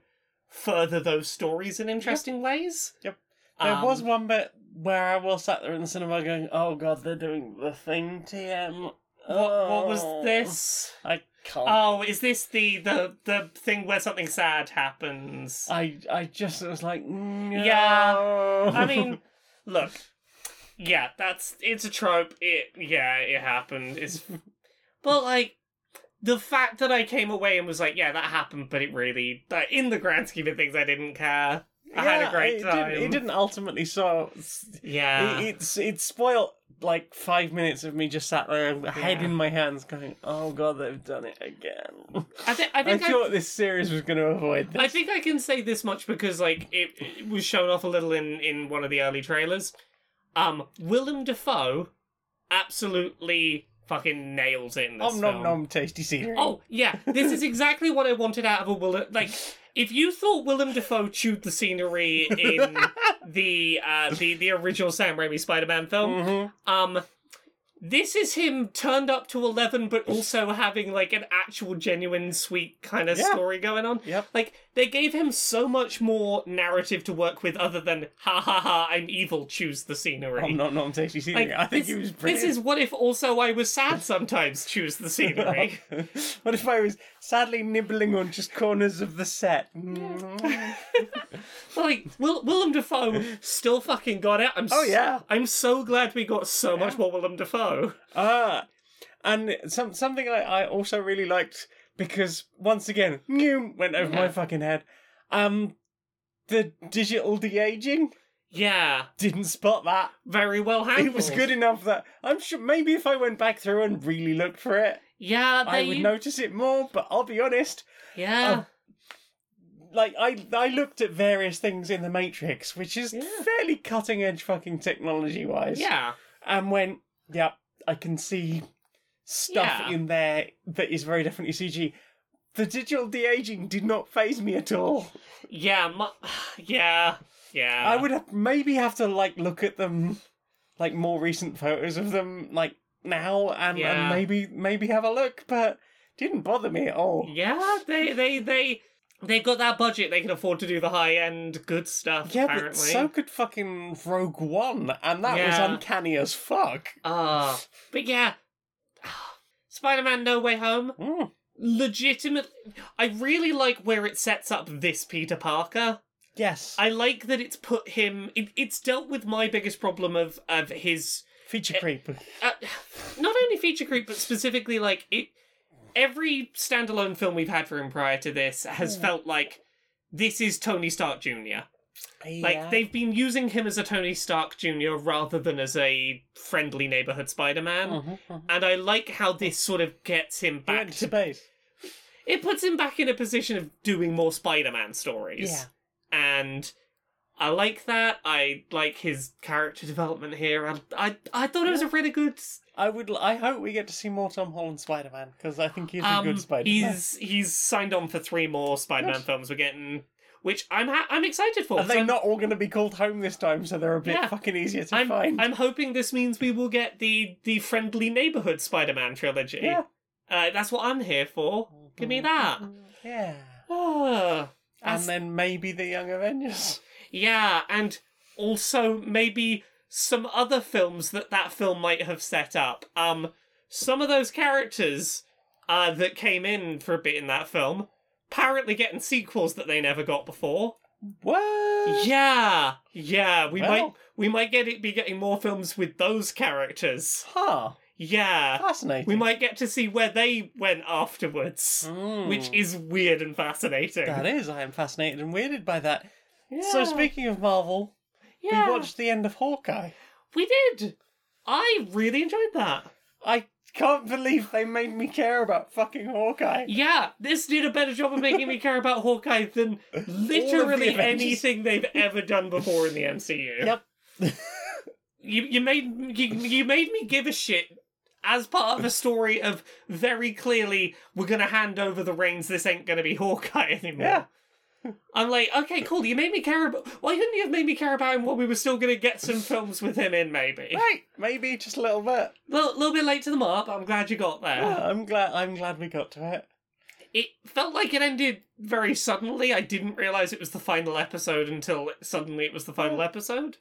B: further those stories in interesting ways.
D: Yep. There was
B: Um,
D: one bit where I was sat there in the cinema going, "Oh God, they're doing the thing." TM.
B: What, what
D: Oh, Um,
B: was this?
D: I can't.
B: Oh, is this the, the the thing where something sad happens?
D: I I just was like, no.
B: Yeah. I mean, look, yeah, that's it's a trope. It yeah, it happened. It's but like the fact that I came away and was like, yeah, that happened, but it really, but in the grand scheme of things, I didn't care. I had
D: Yeah,
B: a great
D: it
B: time.
D: Didn't, it didn't ultimately so
B: Yeah.
D: it, it's it spoiled like five minutes of me just sat there, head in my hands, going, "Oh God, they've done it again."
B: I, thi- I
D: I,
B: think I,
D: thought this series was going to avoid this.
B: I think I can say this much because like it, it was shown off a little in in one of the early trailers. Um, Willem Dafoe absolutely fucking nails it in this
D: Om
B: film.
D: nom nom tasty cereal.
B: Oh yeah, this is exactly what I wanted out of a Willem. Like, if you thought Willem Dafoe chewed the scenery in the uh, the the original Sam Raimi Spider-Man film,
D: Mhm.
B: um, this is him turned up to eleven, but also having like an actual genuine sweet kind of
D: Yeah.
B: story going on.
D: Yep.
B: Like they gave him so much more narrative to work with, other than ha ha ha, I'm evil. Choose the scenery.
D: Om nom nom tasty cereal. Oh, I think
B: this,
D: it was
B: this
D: brilliant.
B: is what if also I was sad sometimes. Choose the scenery.
D: what if I was sadly nibbling on just corners of the set? Mm.
B: Like Will- Willem Dafoe still fucking got it. I'm
D: oh
B: s-
D: yeah.
B: I'm so glad we got so much more Willem Dafoe.
D: Ah, and some something I, I also really liked because once again, new went over my
B: Yeah.
D: fucking head. Um, the digital de aging
B: Yeah,
D: didn't spot that.
B: very well handled.
D: It was good enough that I'm sure maybe if I went back through and really looked for it,
B: Yeah,
D: I
B: they-
D: would notice it more. But I'll be honest,
B: Yeah,
D: like I I looked at various things in the Matrix, which is
B: Yeah.
D: fairly cutting edge fucking technology wise.
B: yeah,
D: and went, yep, I can see stuff
B: Yeah.
D: in there that is very definitely CG. The digital de aging did not phase me at all.
B: yeah, mu- yeah, yeah.
D: I would have, maybe have to like look at them, like more recent photos of them, like now, and,
B: Yeah.
D: and maybe maybe have a look, but didn't bother me at all.
B: Yeah, they, they, they, they've got that budget. They can afford to do the high end good stuff.
D: Yeah,
B: apparently.
D: but so could fucking Rogue One, and that
B: Yeah.
D: was uncanny as fuck.
B: Ah, but yeah, Spider-Man: No Way Home.
D: Mm.
B: Legitimate. I really like where it sets up this Peter Parker.
D: Yes,
B: I like that it's put him. It, it's dealt with my biggest problem of of his
D: feature creep.
B: uh, not only feature creep, but specifically like it. Every standalone film we've had for him prior to this
D: Hmm.
B: has felt like this is Tony Stark Jr. Like
D: Yeah.
B: they've been using him as a Tony Stark Jr. rather than as a friendly neighborhood Spider-Man,
D: Mhm, mhm.
B: and I like how this sort of gets him
D: He
B: back
D: went to
B: to.
D: base.
B: It puts him back in a position of doing more Spider-Man stories
D: Yeah.
B: and I like that. I like his character development here. I I, I thought it was a really good.
D: I would. l- I hope we get to see more Tom Holland Spider Man because I think he's a
B: Um,
D: good Spider Man.
B: he's he's signed on for three more Spider-Man
D: Nice.
B: films. We're getting, which I'm ha- I'm excited for.
D: Are they
B: I'm,
D: not all going to be called home this time? So they're a bit
B: Yeah.
D: fucking easier to
B: I'm,
D: find.
B: I'm hoping this means we will get the the friendly neighborhood Spider-Man trilogy.
D: yeah, Mm-hmm.
B: Uh, that's what I'm here for. Give me that.
D: yeah.
B: Ah,
D: And
B: that's-
D: then maybe the Young Avengers.
B: yeah, and also maybe some other films that that film might have set up. Um, some of those characters uh, that came in for a bit in that film apparently getting sequels that they never got before.
D: What?
B: Yeah, yeah, we
D: Well.
B: might we might get it be getting more films with those characters.
D: Huh.
B: Yeah.
D: Fascinating.
B: We might get to see where they went afterwards,
D: Mm.
B: which is weird and fascinating.
D: That is, I am fascinated and weirded by that. So speaking of Marvel,
B: yeah,
D: we watched the end of Hawkeye.
B: We did. I really enjoyed that.
D: I can't believe they made me care about fucking Hawkeye.
B: Yeah, this did a better job of making me care about Hawkeye than
D: All of the
B: literally
D: Avengers.
B: anything they've ever done before in the MCU.
D: Yep.
B: You you made you, you made me give a shit as part of a story of very clearly we're gonna hand over the reins. This ain't gonna be Hawkeye anymore.
D: Yeah.
B: I'm like, okay, cool. You made me care about. Why couldn't you have made me care about him while we were still gonna get some films with him in? Maybe.
D: Right, maybe just a little bit.
B: Little, little bit late to the mark, but I'm glad you got there.
D: Yeah, I'm glad. I'm glad we got to it.
B: It felt like it ended very suddenly. I didn't realize it was the final episode until suddenly it was the final episode.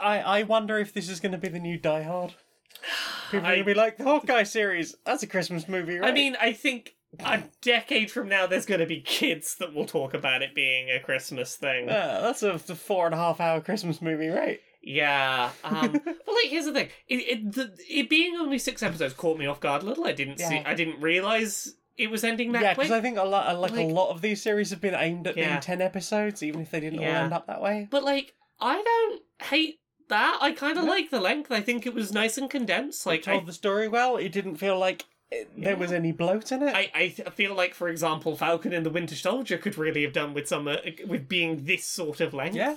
D: I I wonder if this is going to be the new Die Hard. People are
B: I-
D: going to be like the Hawkeye series. That's a Christmas movie, right?
B: I mean, I think a decade from now, there's going to be kids that will talk about it being a Christmas thing.
D: Yeah, that's a the four and a half hour Christmas movie, right?
B: Yeah. Um, but like, here's the thing: it it, the, it being only six episodes caught me off guard a little. I didn't see.
D: Yeah.
B: I didn't realize it was ending that
D: yeah,
B: quick.
D: because I think a lot, like, a
B: like-
D: lot of these series have been aimed at
B: Yeah.
D: being ten episodes, even if they didn't all
B: Yeah.
D: end up that way.
B: But like, I don't hate that. I kind of like the length. I think it was nice and condensed. Like,
D: It told
B: I,
D: the story well. It didn't feel like it, there was any bloat in it.
B: I, I th- feel like, for example, Falcon and the Winter Soldier could really have done with some uh, with being this sort of length.
D: Yeah.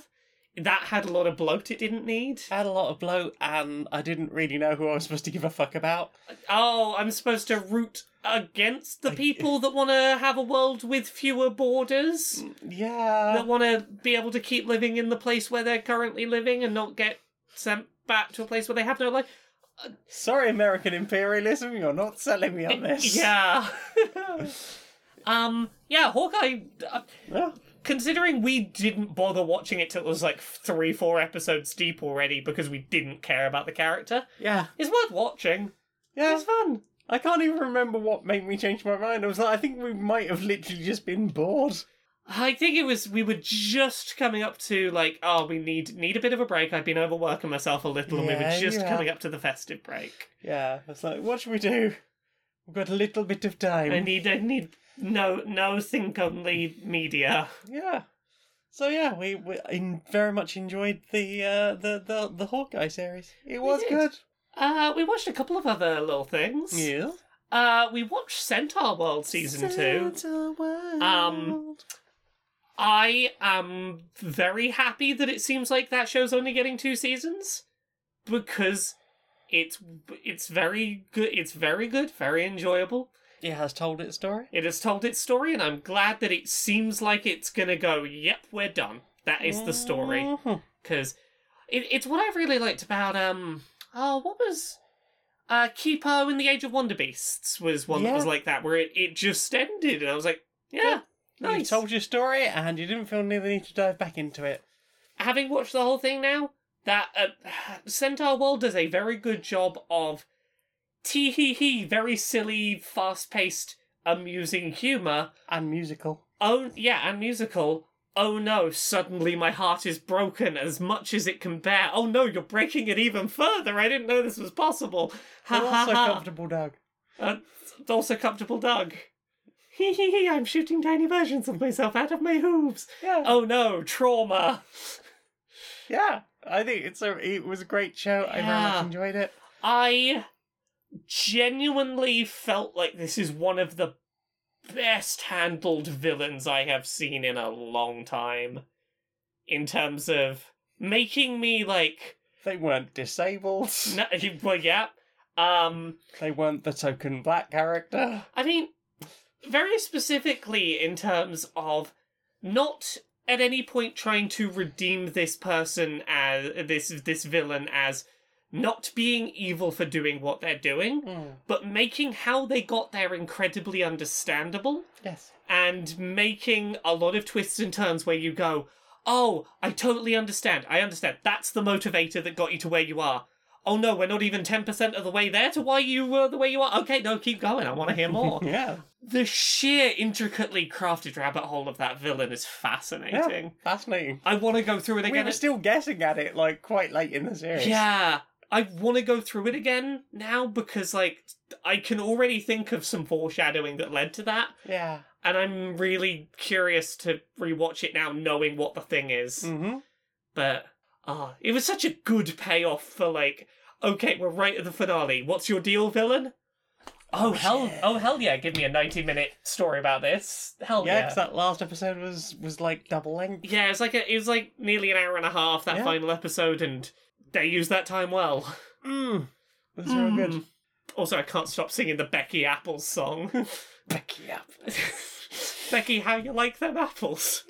B: That had a lot of bloat it didn't need.
D: had a lot of bloat, and I didn't really know who I was supposed to give a fuck about.
B: Oh, I'm supposed to root against the people that want to have a world with fewer borders,
D: Yeah,
B: that want to be able to keep living in the place where they're currently living and not get sent back to a place where they have no life.
D: sorry, American imperialism, you're not selling me on this.
B: Yeah. um. Yeah. Hawkeye. Uh,
D: Yeah.
B: considering we didn't bother watching it till it was like three, four episodes deep already because we didn't care about the character,
D: yeah,
B: it's worth watching.
D: yeah.
B: It's fun.
D: I can't even remember what made me change my mind. I was like, I think we might have literally just been bored.
B: I think it was we were just coming up to like oh we need need a bit of a break. I've been overworking myself a little, and we
D: Yeah,
B: were just
D: you have.
B: coming up to the festive break.
D: Yeah, I was like, what should we do? We've got a little bit of time.
B: I need I need no no think only media.
D: Yeah. So yeah, we, we in, very much enjoyed the uh, the the the Hawkeye series. It was
B: did.
D: good.
B: Uh, we watched a couple of other little things.
D: Yeah.
B: Uh, we watched Centaur World season two. Um, I am very happy that it seems like that show's only getting two seasons because it's it's very good. It's very good, very enjoyable.
D: it has told its story.
B: It has told its story, and I'm glad that it seems like it's gonna go. Yep, we're done. That is the story
D: Mhm.
B: because it, it's what I really liked about um oh what was uh Kipo in the Age of Wonder Beasts was one that was
D: Yeah.
B: like that where it, it just ended, and I was like, yeah,
D: You
B: nice.
D: told your story, and you didn't feel need the need to dive back into it.
B: having watched the whole thing now, that uh, Centaur World does a very good job of tee hee hee, very silly, fast paced, amusing humour.
D: And musical.
B: Oh, yeah, and musical. Oh no, suddenly my heart is broken as much as it can bear. Oh no, you're breaking it even further. I didn't know this was possible. Ha
D: But
B: ha
D: also
B: ha.
D: comfortable dog.
B: Uh, also comfortable Doug. Hee hee hee, I'm shooting tiny versions of myself out of my hooves.
D: Yeah.
B: Oh no, trauma.
D: Yeah. I think it's a it was a great show. I very
B: Yeah.
D: much enjoyed it.
B: I genuinely felt like this is one of the best handled villains I have seen in a long time. In terms of making me like,
D: They weren't disabled.
B: no, well, yeah. Um,
D: They weren't the token black character.
B: I mean, very specifically in terms of not at any point trying to redeem this person as this this villain as not being evil for doing what they're doing.
D: Mm.
B: but making how they got there incredibly understandable
D: Yes.
B: and making a lot of twists and turns where you go, Oh, I totally understand. I understand. That's the motivator that got you to where you are. Oh no, we're not even 10% of the way there to why you were the way you are. Okay, no, keep going. I want to hear more.
D: Yeah.
B: the sheer intricately crafted rabbit hole of that villain is fascinating.
D: Fascinating.
B: I want to go through it
D: We
B: again.
D: were still guessing at it like quite late in the series.
B: Yeah, I want to go through it again now because like I can already think of some foreshadowing that led to that,
D: Yeah.
B: and I'm really curious to rewatch it now, knowing what the thing is.
D: Mm-hmm.
B: But ah, it was such a good payoff for like, okay, we're right at the finale. What's your deal, villain? Oh hell! Oh hell yeah! Give me a ninety-minute story about this. Hell
D: Oh, Yeah,
B: yeah!
D: because that last episode was was like double length.
B: Yeah, it's like a, it was like nearly an hour and a half that
D: Yeah.
B: final episode, and they used that time well.
D: Mm. It was real good.
B: Mm. Also, I can't stop singing the Becky Apples song.
D: Becky up.
B: Becky, how you like them apples?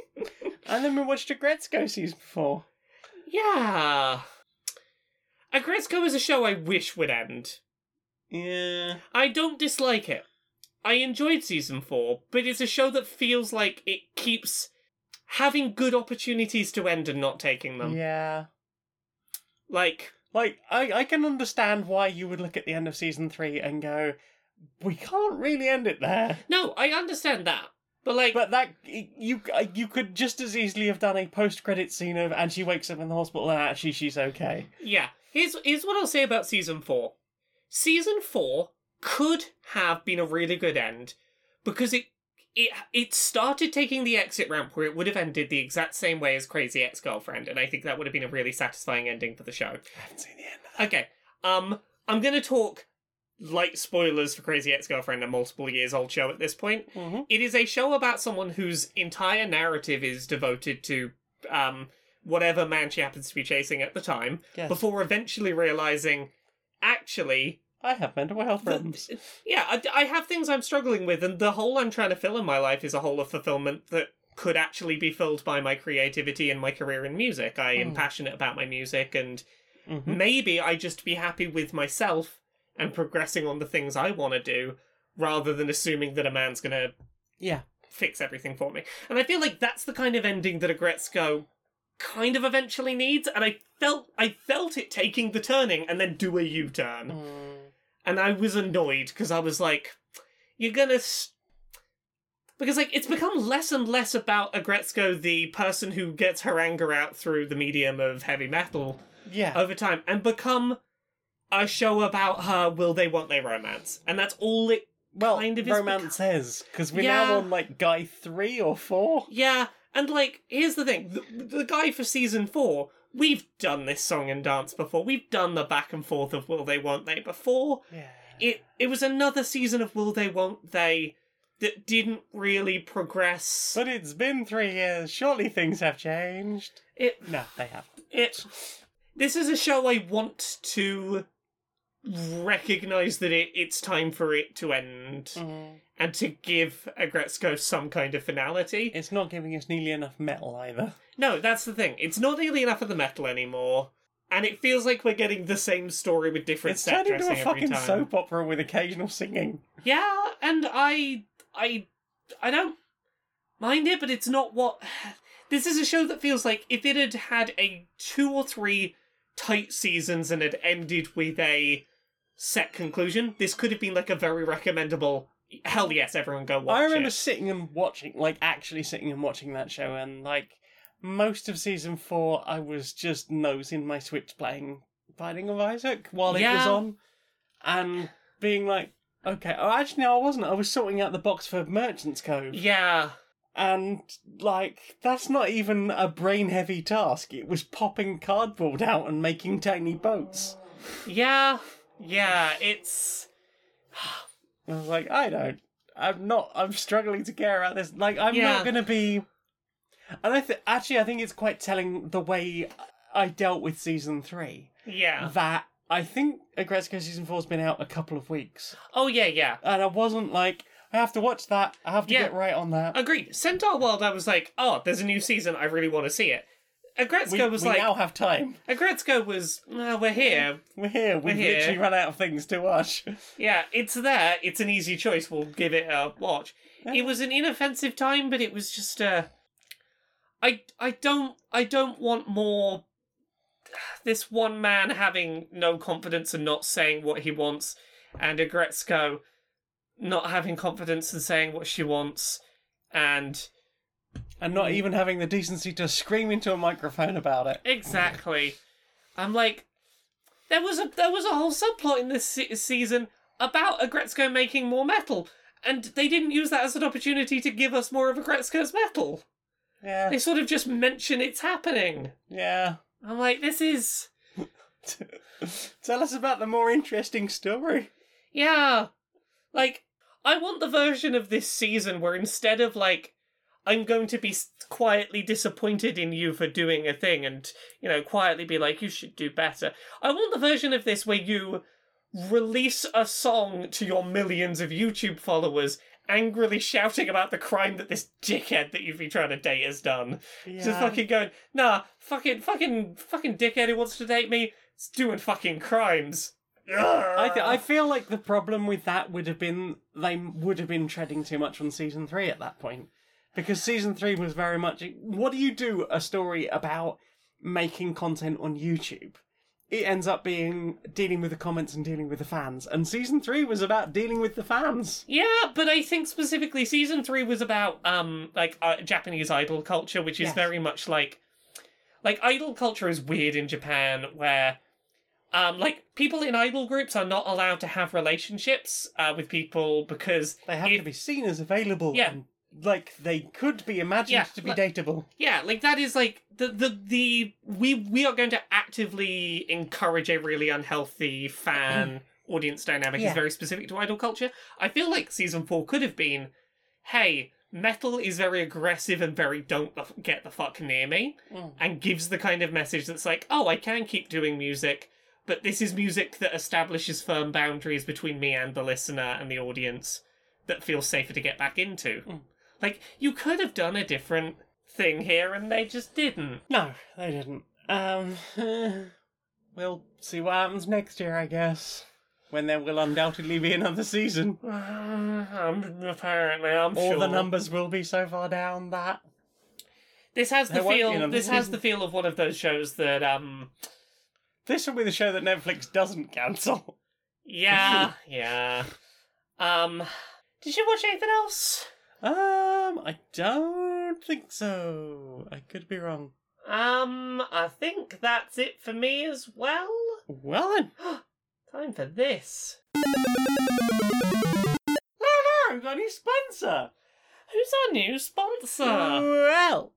D: And then we watched a Gretzko season before.
B: yeah. Agresco is a show I wish would end.
D: Yeah.
B: I don't dislike it. I enjoyed season four, but it's a show that feels like it keeps having good opportunities to end and not taking them.
D: Yeah.
B: Like,
D: Like, I, I can understand why you would look at the end of season three and go, we can't really end it there.
B: no, I understand that. But like,
D: But that you uh, you could just as easily have done a post credit scene of and she wakes up in the hospital and actually she's okay.
B: Yeah. Here's here's what I'll say about season four. Season four could have been a really good end because it it it started taking the exit ramp where it would have ended the exact same way as Crazy Ex Girlfriend, and I think that would have been a really satisfying ending for the show.
D: I haven't seen the end.
B: Okay. Um, I'm gonna talk light spoilers for Crazy Ex Girlfriend, a multiple years old show at this point.
D: Mhm.
B: It is a show about someone whose entire narrative is devoted to um whatever man she happens to be chasing at the time,
D: Yes.
B: before eventually realizing, actually,
D: I have mental health problems.
B: yeah, I, I have things I'm struggling with, and the hole I'm trying to fill in my life is a hole of fulfillment that could actually be filled by my creativity and my career in music. I am
D: Mm.
B: passionate about my music and
D: Mhm.
B: maybe I just be happy with myself and progressing on the things I want to do rather than assuming that a man's going to
D: Yeah.
B: fix everything for me. And I feel like that's the kind of ending that a Gretzko kind of eventually needs and I felt I felt it taking the turning and then do a U-turn.
D: Mm.
B: And I was annoyed because I was like you're going to st- because like it's become less and less about a Gretzko the person who gets her anger out through the medium of heavy metal
D: Yeah.
B: over time and become a show about her will they want they romance and that's all it
D: well,
B: kind of is
D: romance is because we're
B: Yeah.
D: now on like guy three or four.
B: yeah and like here's the thing the, the guy for season four we've done this song and dance before we've done the back and forth of will they want they before
D: Yeah.
B: it it was another season of will they want they that didn't really progress
D: But it's been three years. Surely things have changed.
B: it
D: No, they haven't.
B: it this is a show i want to recognize that it, it's time for it to end and to give a Gretzko some kind of finality.
D: It's not giving us nearly enough metal either.
B: No, that's the thing. It's not nearly enough of the metal anymore, and it feels like we're getting the same story with different
D: It's
B: set
D: turned into
B: dressing
D: a fucking
B: every time.
D: soap opera with occasional singing.
B: Yeah, and I, I, I don't mind it, but it's not what. This is a show that feels like if it had had a two or three tight seasons and had ended with a set conclusion, this could have been like a very recommendable. Hell yes, everyone go watch
D: I remember
B: it.
D: sitting and watching, like actually sitting and watching that show, and like most of season four, I was just nosing my Switch playing Binding of Isaac while it was
B: Yeah.
D: on, and being like, okay, oh, actually, no, I wasn't. I was sorting out the box for Merchant's Cove,
B: Yeah.
D: and like that's not even a brain heavy task. It was popping cardboard out and making tiny boats.
B: Yeah, yeah, it's
D: I was like, I don't. I'm not. I'm struggling to care about this. Like, I'm
B: Yeah.
D: not going to be. And I th- actually, I think it's quite telling the way I dealt with season three.
B: yeah.
D: That I think Agresco season four's been out a couple of weeks,
B: Oh yeah, yeah.
D: and I wasn't like, I have to watch that. I have to
B: Yeah.
D: get right on that.
B: Agreed. Centaur World, I was like, oh, there's a new season. I really want to see it.
D: We,
B: Agretzko was
D: we
B: like,
D: now have time.
B: Agretzko was, "Ah, we're here.
D: We're here. We've
B: here.
D: literally run out of things to watch.
B: Yeah, it's there. It's an easy choice. We'll give it a watch. It was an inoffensive time, but it was just uh I I don't I don't want more this one man having no confidence and not saying what he wants and a Gretzko not having confidence and saying what she wants and
D: And not even having the decency to scream into a microphone about it.
B: exactly I'm like There was a there was a whole subplot in this se- season about Agretzko making more metal, and they didn't use that as an opportunity to give us more of Agretzko's metal.
D: Yeah.
B: They sort of just mention it's happening.
D: Yeah.
B: I'm like, this is
D: Tell us about the more interesting story.
B: yeah, like I want the version of this season where instead of like. I'm going to be s- quietly disappointed in you for doing a thing and, you know, quietly be like, you should do better. I want the version of this where you release a song to your millions of YouTube followers, angrily shouting about the crime that this dickhead that you've been trying to date has done. Just fucking going, nah, fucking, fucking, fucking dickhead who wants to date me is doing fucking crimes.
D: I, th-
B: Uh.
D: I feel like the problem with that would have been they would have been treading too much on season three at that point, because season three was very much what do you do a story about making content on YouTube? It ends up being dealing with the comments and dealing with the fans, and season three was about dealing with the fans.
B: Yeah, but I think specifically season three was about um like uh, Japanese idol culture, which is
D: Yes.
B: very much like like idol culture is weird in Japan, where um like people in idol groups are not allowed to have relationships uh, with people because
D: They have
B: if-
D: to be seen as available.
B: Yeah.
D: and, like they could be imagined
B: Yeah,
D: to be
B: like-
D: dateable.
B: yeah, like that is like the the the we we are going to actively encourage a really unhealthy fan audience dynamic is
D: Yeah.
B: very specific to idol culture. I feel like season four could have been, hey, metal is very aggressive and very don't the f- get the fuck near me,
D: Mm.
B: and gives the kind of message that's like, oh, I can keep doing music, but this is music that establishes firm boundaries between me and the listener and the audience that feels safer to get back into.
D: Mm.
B: Like you could have done a different thing here, and they just didn't.
D: No, they didn't. Um, we'll see what happens next year, I guess. When there will undoubtedly be another season.
B: Um, apparently, I'm
D: All
B: sure
D: the numbers will be so far down that.
B: This has the
D: There won't be
B: feel.
D: another
B: This has
D: season.
B: the feel of one of those shows that um.
D: This will be the show that Netflix doesn't cancel.
B: Yeah, yeah. Um, did you watch anything else?
D: Um, I don't think so. I could be wrong.
B: Um, I think that's it for me as well.
D: Well then.
B: Time for this.
D: Oh no, we've got a new sponsor!
B: Who's our new sponsor?
D: Well,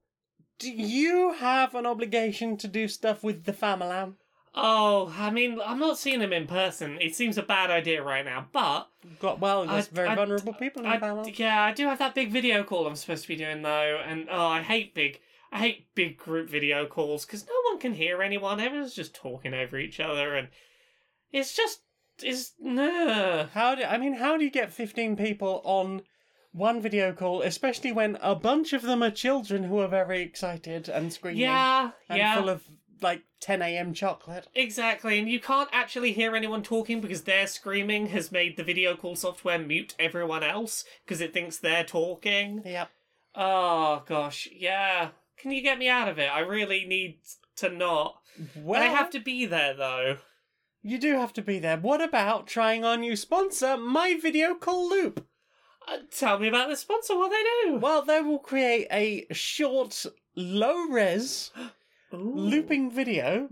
D: do you have an obligation to do stuff with the Famalam?
B: Oh, I mean, I'm not seeing him in person. It seems a bad idea right now, but
D: Got, well, there's
B: I-
D: very
B: I-
D: vulnerable people in the
B: I,
D: Famalam.
B: yeah, I do have that big video call I'm supposed to be doing though, and oh, I hate big, I hate big group video calls because no one can hear anyone. Everyone's just talking over each other, and it's just, it's no.
D: How do I mean? How do you get fifteen people on one video call, especially when a bunch of them are children who are very excited and screaming
B: Yeah,
D: and
B: yeah,
D: full of like ten a.m. chocolate?
B: exactly. And you can't actually hear anyone talking because their screaming has made the video call software mute everyone else because it thinks they're talking.
D: Yep.
B: Oh gosh, yeah. Can you get me out of it? I really need to not. but
D: Well,
B: I have to be there though.
D: You do have to be there. What about trying our new sponsor, My Video Call Loop?
B: Uh, tell me about the sponsor, what they do.
D: Well, they will create a short, low-res looping video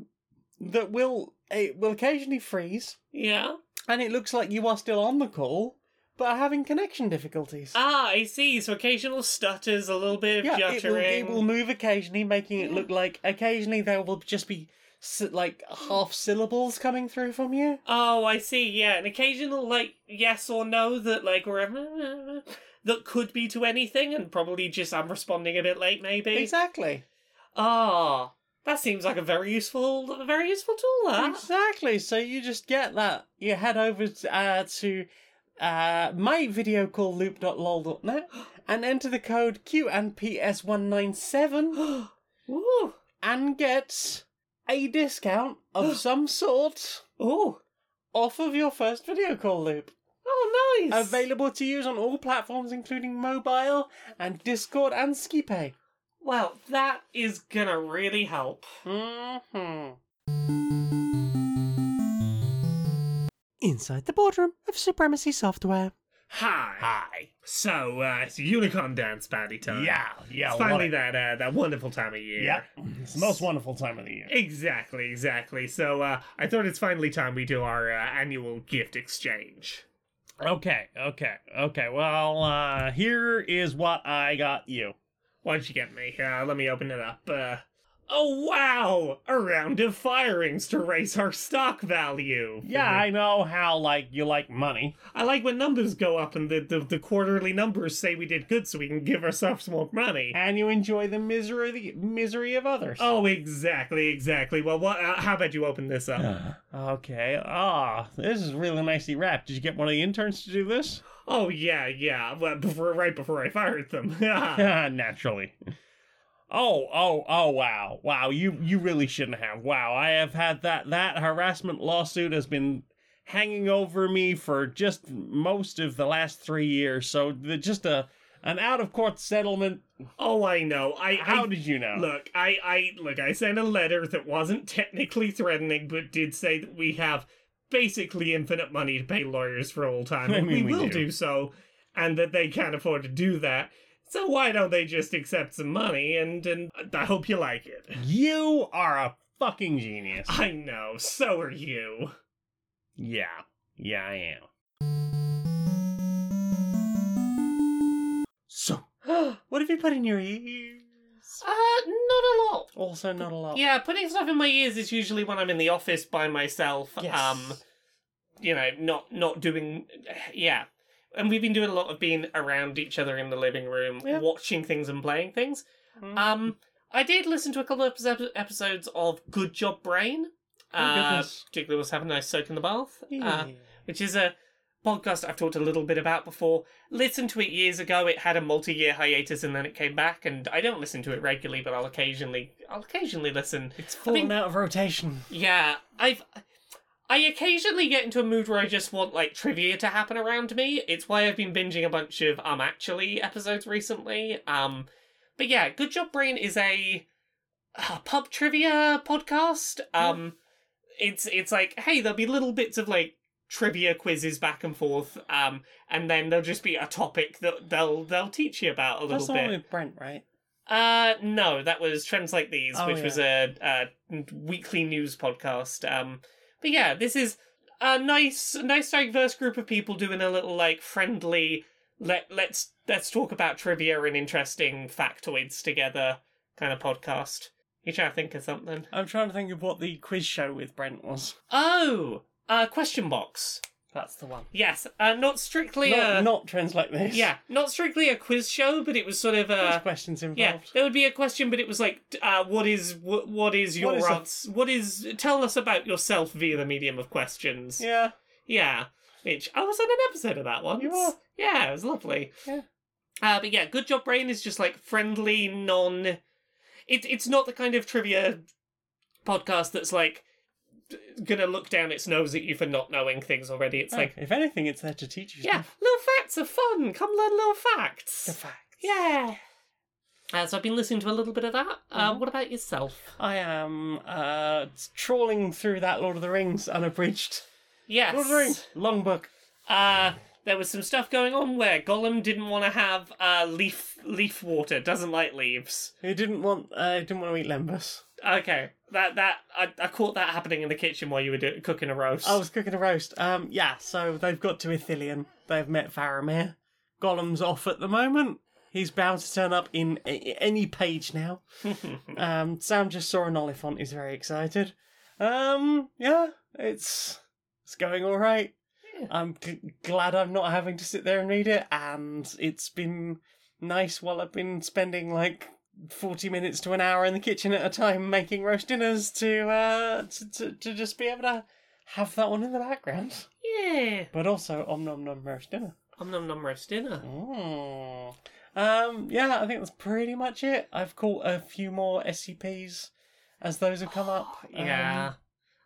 D: that will it will occasionally freeze,
B: Yeah.
D: and it looks like you are still on the call but are having connection difficulties.
B: Ah, I see. So occasional stutters, a little bit of
D: it will,
B: juttering.
D: it will move occasionally, making it look like occasionally there will just be s- like half syllables coming through from you.
B: Oh, I see. Yeah, an occasional like yes or no that like or that could be to anything, and probably just I'm responding a bit late, maybe.
D: Exactly.
B: Ah, that seems like a very useful, a very useful tool. That.
D: Exactly. So you just get that. You head over to, uh, to uh, myvideocallloop.lol.net and enter the code QNPS197
B: Ooh.
D: and get a discount of some sort
B: Ooh.
D: off of your first video call loop.
B: Oh, nice.
D: Available to use on all platforms, including mobile and Discord and Skipay.
B: well, that is gonna really help.
D: Mm-hmm.
A: Inside the boardroom of Supremacy Software.
F: Hi.
D: Hi.
F: So, uh, it's unicorn dance party time.
D: Yeah, yeah.
F: It's finally
D: what-
F: that, uh, that wonderful time of year.
D: Yeah. It's the most wonderful time of the year.
F: Exactly, exactly. So, uh, I thought it's finally time we do our uh, annual gift exchange.
D: Okay, okay, okay. Well, uh, here is what I got you.
F: Why'd you get me? Uh, let me open it up. Uh, oh, wow! A round of firings to raise our stock value.
D: Yeah, I know how like you like money.
F: I like when numbers go up and the, the, the quarterly numbers say we did good so we can give ourselves more money.
D: and you enjoy the misery the misery of others.
F: Oh, exactly, exactly. Well, what, uh, how about you open this up?
D: Okay. Ah, this is really nicely wrapped. Did you get one of the interns to do this?
F: Oh, yeah, yeah. Well, before, right before I fired them.
D: Ah, Naturally. Oh, oh, oh! Wow, wow! You you really shouldn't have. Wow, I have had that that harassment lawsuit has been hanging over me for just most of the last three years. So the, just a an out of court settlement.
F: oh, I know. I,
D: How
F: I
D: did you know?
F: Look, I, I look, I sent a letter that wasn't technically threatening, but did say that we have basically infinite money to pay lawyers for all time,
D: I
F: and
D: mean,
F: we,
D: we
F: will
D: do.
F: do. so, and that they can't afford to do that. So why don't they just accept some money? And and I hope you like it.
D: You are a fucking genius.
F: I know. So are you.
D: Yeah, yeah, I am.
A: So, what have you put in your ears?
B: Uh, not a lot.
A: Also, not a lot.
B: Yeah, putting stuff in my ears is usually when I'm in the office by myself.
A: Yes.
B: Um, you know, not not doing. Yeah, and we've been doing a lot of being around each other in the living room,
A: Yeah. Mm.
B: watching things and playing things. Um, I did listen to a couple of epi- episodes of Good Job Brain. Uh,
A: Oh, goodness.
B: particularly was having a nice soak in the bath. Uh,
A: Yeah.
B: which is a podcast I've talked a little bit about before. Listened to it years ago. It had a multi-year hiatus, and then it came back. And I don't listen to it regularly, but I'll occasionally, I'll occasionally listen.
A: it's fallen
B: think-
A: out of rotation.
B: Yeah, I've. I occasionally get into a mood where I just want like trivia to happen around me. It's why I've been binging a bunch of um actually episodes recently. Um, but yeah, Good Job Brain is a uh, pub trivia podcast. Um, it's it's like hey, there'll be little bits of like trivia quizzes back and forth. Um, and then there'll just be a topic that they'll they'll teach you about a little
A: That's the
B: bit.
A: one with Brent, right?
B: Uh, no, that was Trends Like These,
A: Oh,
B: which
A: yeah.
B: was a, a weekly news podcast. Um, but yeah, this is a nice, nice diverse group of people doing a little like friendly. Let let's let's talk about trivia and interesting factoids together kind of podcast. You trying to think of something?
A: I'm trying to think of what the quiz show with Brent was.
B: Oh, uh, question box.
A: That's the one.
B: Yes, uh, not strictly a
A: Not, not trends like this.
B: yeah, not strictly a quiz show, but it was sort of a
A: There's questions involved.
B: Yeah, there would be a question, but it was like, t- uh, what is what, what is your
A: What is a-
B: ans- What is tell us about yourself via the medium of questions?
A: Yeah.
B: yeah. Which I was on an episode of that once.
A: You were?
B: Yeah, it was lovely.
A: Yeah.
B: Uh, but yeah, good job, brain is just like friendly, non. It it's not the kind of trivia podcast that's like d- gonna look down its nose at you for not knowing things already. It's like,
A: if anything, it's there to teach you.
B: yeah, little facts are fun. Come learn little facts.
A: The fact.
B: Yeah. Uh, so I've been listening to a little bit of that. Uh, What about yourself?
A: I am uh, trawling through that Lord of the Rings unabridged.
B: Yes.
A: Lord of the Rings, long book.
B: Uh, there was some stuff going on where Gollum didn't want to have uh, leaf leaf water. Doesn't like leaves.
A: Who didn't want? Uh, didn't want to eat lembas.
B: Okay, that that I, I caught that happening in the kitchen while you were do- cooking a roast.
A: I
D: Oh.
A: was cooking a roast. Um, yeah. So they've got to Ithilien. They've met Faramir. Gollum's off at the moment. He's bound to turn up in a- any page now. um, Sam just saw an Oliphant. He's very excited. Um, yeah, it's it's going all right. I'm g- glad I'm not having to sit there and read it, and it's been nice while I've been spending like forty minutes to an hour in the kitchen at a time making roast dinners to uh to to, to just be able to have that one in the background,
B: yeah.
A: but also om nom nom roast dinner.
B: Om nom nom roast dinner.
A: Mm. Um, yeah, I think that's pretty much it. I've caught a few more SCPs as those have come up. Um,
B: Yeah.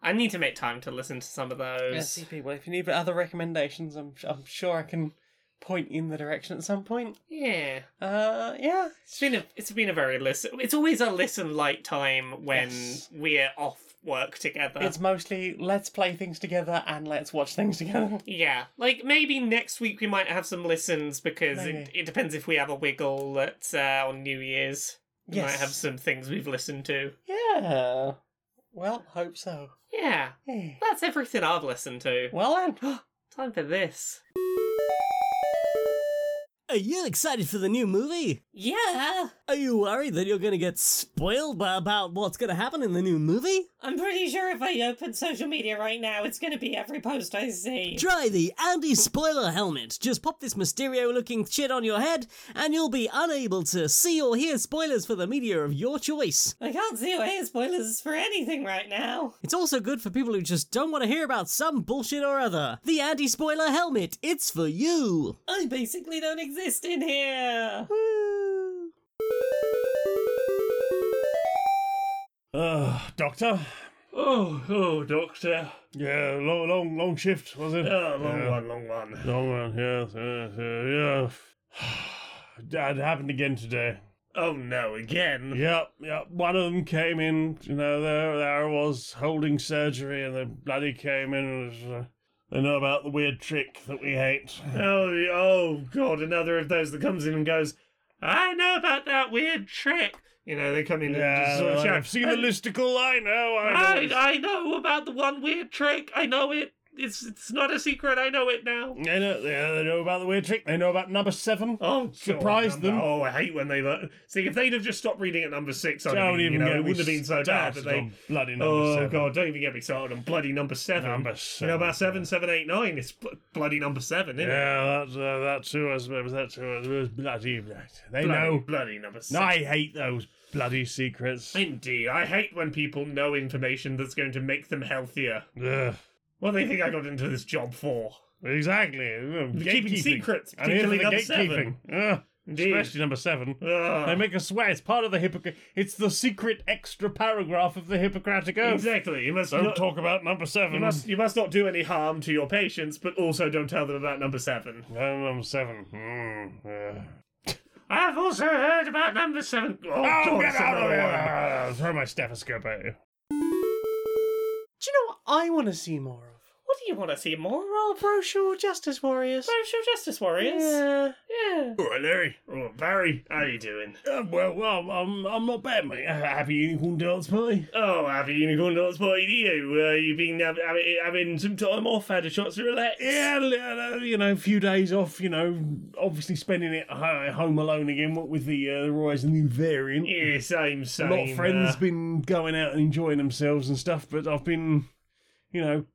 B: I need to make time to listen to some of those.
A: SCP. Well, if you need other recommendations, I'm I'm sure I can point you in the direction at some point.
B: Yeah.
A: Uh, yeah.
B: It's been a it's been a very listen. It's always a listen light time when
A: Yes.
B: we're off
G: work together.
A: It's mostly let's play things together and let's watch things together.
G: Yeah, like maybe next week we might have some listens because it,
A: Maybe.
G: it depends if we have a wiggle at uh, on New Year's. We might
A: Yes.
G: have some things we've listened to.
A: Yeah. Well, hope so.
G: Yeah,
A: Hey.
G: that's everything I've listened to.
A: Well then,
G: Time for this.
H: Are you excited for the new movie?
I: Yeah,
H: Are you worried that you're gonna get spoiled by, about what's gonna happen in the new movie?
I: I'm pretty sure if I open social media right now, it's gonna be every post I see.
H: Try the Andy spoiler helmet. Just pop this Mysterio looking shit on your head, and you'll be unable to see or hear spoilers for the media of your choice.
I: I can't see or hear spoilers for anything right now.
H: It's also good for people who just don't want to hear about some bullshit or other. The Andy spoiler helmet, it's for you!
I: I basically don't exist in here.
D: Ugh, Uh, doctor?
B: Oh, oh, Doctor.
D: Yeah, long, long, long shift, was it?
B: Oh, long
D: yeah.
B: one, long one.
D: Long one, yes, yes, yes, yeah. That happened again today.
B: Oh no, again.
D: Yep, yep. One of them came in, you know, there, there I was holding surgery, and the bloody came in and was, uh, they know about the weird trick that we hate.
B: Oh, y- oh God, another of those that comes in and goes, I know about that weird trick. You know, they come in and
D: Yeah,
B: just sort of shout,
D: I've seen the listicle. I know. I know.
B: I, I know about the one weird trick. I know it. It's it's not a secret. I know it now.
D: They know, yeah, they know about the weird trick. They know about number seven.
B: Oh, God,
D: Surprise
B: number-
D: them.
B: Oh, I hate when they learn. See, if they'd have just stopped reading at number six, I'd have
D: Don't
B: been,
D: even
B: you know,
D: get
B: it
D: me
B: wouldn't have been so bad that
D: started
B: they.
D: on bloody number
B: Oh
D: seven.
B: God, don't even get me started on bloody number seven.
D: Number
B: You know about seven,
D: seven,
B: seven, eight, nine. It's bl- bloody number seven, isn't it?
D: Yeah, that's uh, that too. I suppose that too. I suppose bloody, bloody. They
B: Bloody,
D: know.
B: bloody number seven.
D: No, I hate those bloody secrets.
B: Indeed, I hate when people know information that's going to make them healthier.
D: Ugh.
B: What do they think I got into this job for?
D: Exactly. Ugh,
B: Keeping
D: gatekeeping.
B: secrets,
D: I'm here for
B: particularly
D: the
B: number
D: gatekeeping.
B: seven. Ah,
D: Ugh.
B: Indeed.
D: Especially number seven.
B: Ugh.
D: They make us swear it's part of the Hippocratic. It's the secret extra paragraph of the Hippocratic Oath.
B: Exactly. You must
D: Don't
B: not
D: talk about number seven.
B: You must you must not do any harm to your patients, but also don't tell them about number seven.
D: No, Uh, number seven. Mm, yeah.
B: I've also heard about number seven. Oh,
D: Oh,
B: God,
D: get
B: it's
D: out of
B: another one.
D: here! Throw my stethoscope at you.
A: do you know what I want to see more of?
G: What do you want to see more of?
A: Social Justice Warriors.
G: Social Justice Warriors.
A: Yeah.
G: Yeah.
D: All right, Larry.
B: Oh, Barry, how you doing?
D: Uh, well, well, I'm, I'm not bad, mate. Uh, Happy unicorn dance party.
B: Oh, happy unicorn dance party to you. Uh, you've been hav- having, having some time off, had a chance to relax.
D: Yeah, li- uh, you know, a few days off. You know, obviously spending it ho- home alone again. What with the uh, rise of the new variant.
B: Yeah, same,
D: a
B: same.
D: lot of friends
B: uh,
D: been going out and enjoying themselves and stuff, but I've been, you know,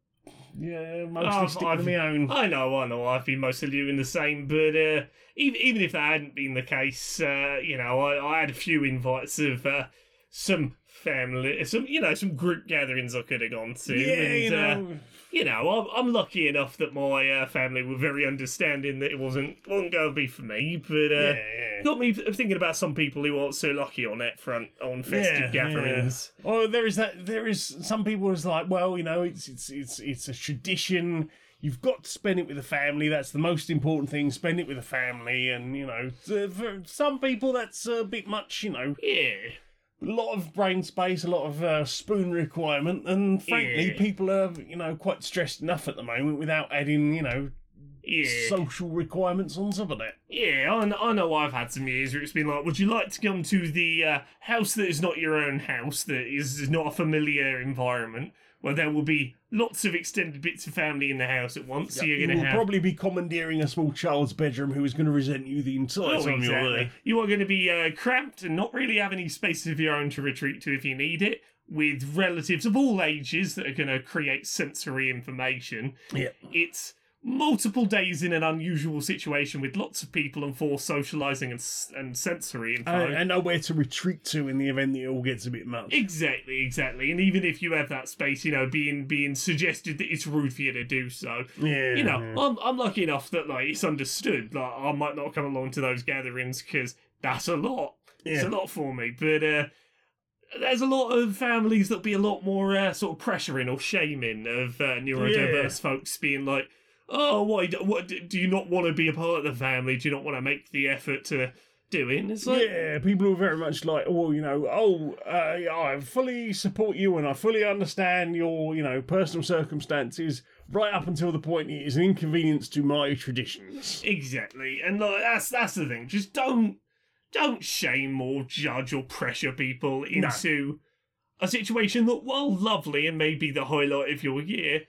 D: yeah, mostly
B: I've-
D: sticking
B: I've-
D: to my own.
B: I know, I know, I've been mostly doing the same, but uh, even, even if that hadn't been the case, uh, you know, I, I had a few invites of uh, some family, some, you know, some group gatherings I could have gone to.
D: yeah,
B: and,
D: you
B: uh,
D: know.
B: you know, I'm, I'm lucky enough that my uh, family were very understanding that it wasn't wasn't going to be for me, but uh,
D: yeah, yeah.
B: got me thinking about some people who aren't so lucky on that front on festive
D: Yeah,
B: gatherings.
D: yeah. Oh, there is that. There is some people is like, well, you know, it's it's it's it's a tradition. You've got to spend it with the family. That's the most important thing. Spend it with the family, and you know, uh, for some people that's a bit much. You know,
B: Yeah,
D: a lot of brain space, a lot of uh, spoon requirement, and frankly,
B: Yeah.
D: people are you know quite stressed enough at the moment without adding you know
B: yeah.
D: social requirements on top of that.
B: Yeah, I, kn- I know I've had some years where it's been like, would you like to come to the uh, house that is not your own house, that is is not a familiar environment, where there will be lots of extended bits of family in the house at once, so you're
D: You
B: going
D: will
B: to have...
D: probably be commandeering a small child's bedroom who is going to resent you the entire
B: Oh,
D: time you're
B: exactly.
D: there.
B: You are going to be uh, cramped and not really have any space of your own to retreat to if you need it, with relatives of all ages that are going to create sensory information.
D: Yeah.
B: It's multiple days in an unusual situation with lots of people and forced socializing and, s- and sensory info.
D: and, and nowhere to retreat to in the event that it all gets a bit much.
B: Exactly, exactly. And even if you have that space, you know, being being suggested that it's rude for you to do so.
D: yeah,
B: You know,
D: yeah.
B: I'm I'm lucky enough that like it's understood. Like I might not come along to those gatherings because that's a lot. It's a
D: Yeah.
B: lot for me. But uh, there's a lot of families that'll be a lot more uh, sort of pressuring or shaming of uh, neurodiverse
D: Yeah.
B: folks being like, oh, why? Do, what do you not want to be a part of the family? Do you not want to make the effort to
J: doing. It's like,
K: yeah, people who are very much like, well, you know, oh, uh, I fully support you and I fully understand your, you know, personal circumstances right up until the point it is an inconvenience to my traditions.
J: Exactly, and like, that's that's the thing. Just don't don't shame or judge or pressure people into a situation that, while lovely and maybe the highlight of your year,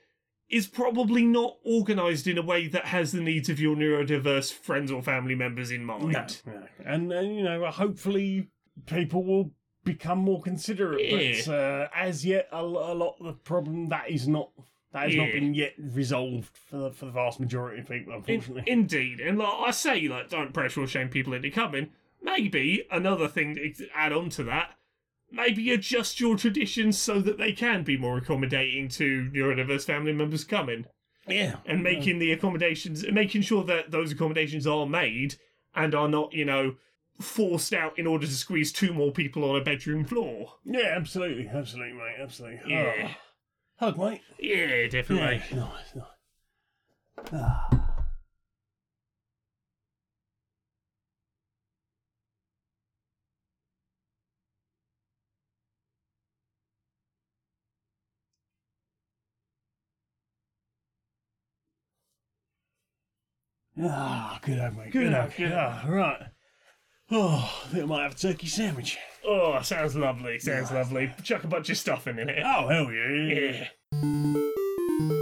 J: is probably not organised in a way that has the needs of your neurodiverse friends or family members in mind.
K: Yeah. And, and, you know, hopefully people will become more considerate. But uh, as yet, a, lo- a lot of the problem that is not. That has not
J: Yeah.
K: been yet resolved for the, for the vast majority of people,
J: In-
K: unfortunately.
J: indeed, and like I say, like don't pressure or shame people into coming. Maybe another thing to add on to that. Maybe adjust your traditions so that they can be more accommodating to neurodiverse family members coming,
K: yeah.
J: and uh, making the accommodations, making sure that those accommodations are made and are not, you know, forced out in order to squeeze two more people on a bedroom floor.
K: Yeah, absolutely, absolutely, mate, absolutely.
J: Yeah.
K: Ah. Hug, mate.
J: Yeah, definitely.
K: Yeah, nice, Ah. nice. Ah, good old mate. Good,
J: Good
K: old.
J: old, good
K: Ah, right. Oh, I think I might have a turkey sandwich.
J: Oh, sounds lovely. Sounds lovely. Chuck a bunch of stuff in it.
K: Oh, hell yeah.
J: Yeah.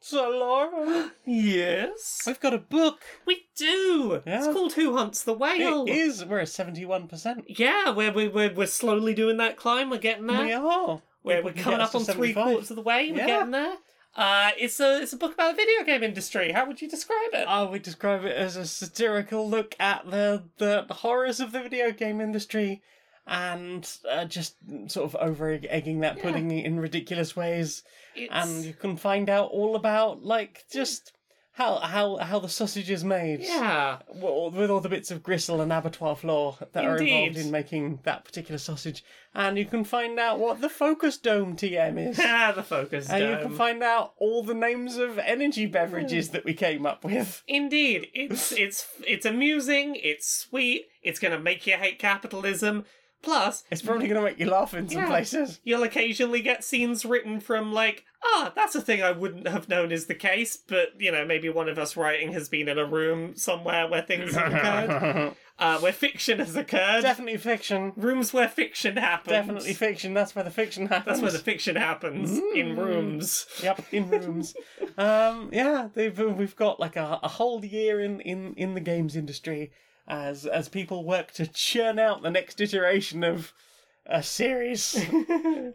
D: So, Laura,
B: Yes.
D: we've got a book.
B: We do. It's
D: Yeah.
B: called Who Hunts the Whale.
D: It is. We're at seventy-one percent.
B: Yeah, we're, we're, we're, we're slowly doing that climb. We're getting there.
D: We are.
B: We're,
D: People
B: we're
D: can
B: coming
D: get us
B: up
D: to
B: on three
D: 75.
B: quarters of the way. We're
D: Yeah.
B: getting there. Uh, it's a it's a book about the video game industry. How would you describe it?
D: I would Uh, describe it as a satirical look at the, the horrors of the video game industry and uh, just sort of over egging that pudding in ridiculous ways.
B: It's-
D: And you can find out all about, like, just how how, how the sausage is made.
B: yeah,
D: Well, With all the bits of gristle and abattoir floor that are involved
B: Indeed.
D: in making that particular sausage. And you can find out what the Focus Dome TM is.
B: ah, the focus.
D: And you
B: dome.
D: can find out all the names of energy beverages that we came up with.
B: Indeed, it's it's it's amusing. It's sweet. It's gonna make you hate capitalism. Plus,
D: It's probably going to make you laugh in some
B: Yeah.
D: places.
B: you'll occasionally get scenes written from like, ah, that's a thing I wouldn't have known is the case, but you know, maybe one of us writing has been in a room somewhere where things have occurred, uh, where fiction has occurred.
D: Definitely fiction.
B: Rooms where fiction happens.
D: Definitely fiction. That's where the fiction happens.
B: That's where the fiction happens in rooms.
D: yep in rooms. um, yeah, they've uh, we've got like a, a whole year in, in in the games industry as as people work to churn out the next iteration of a series.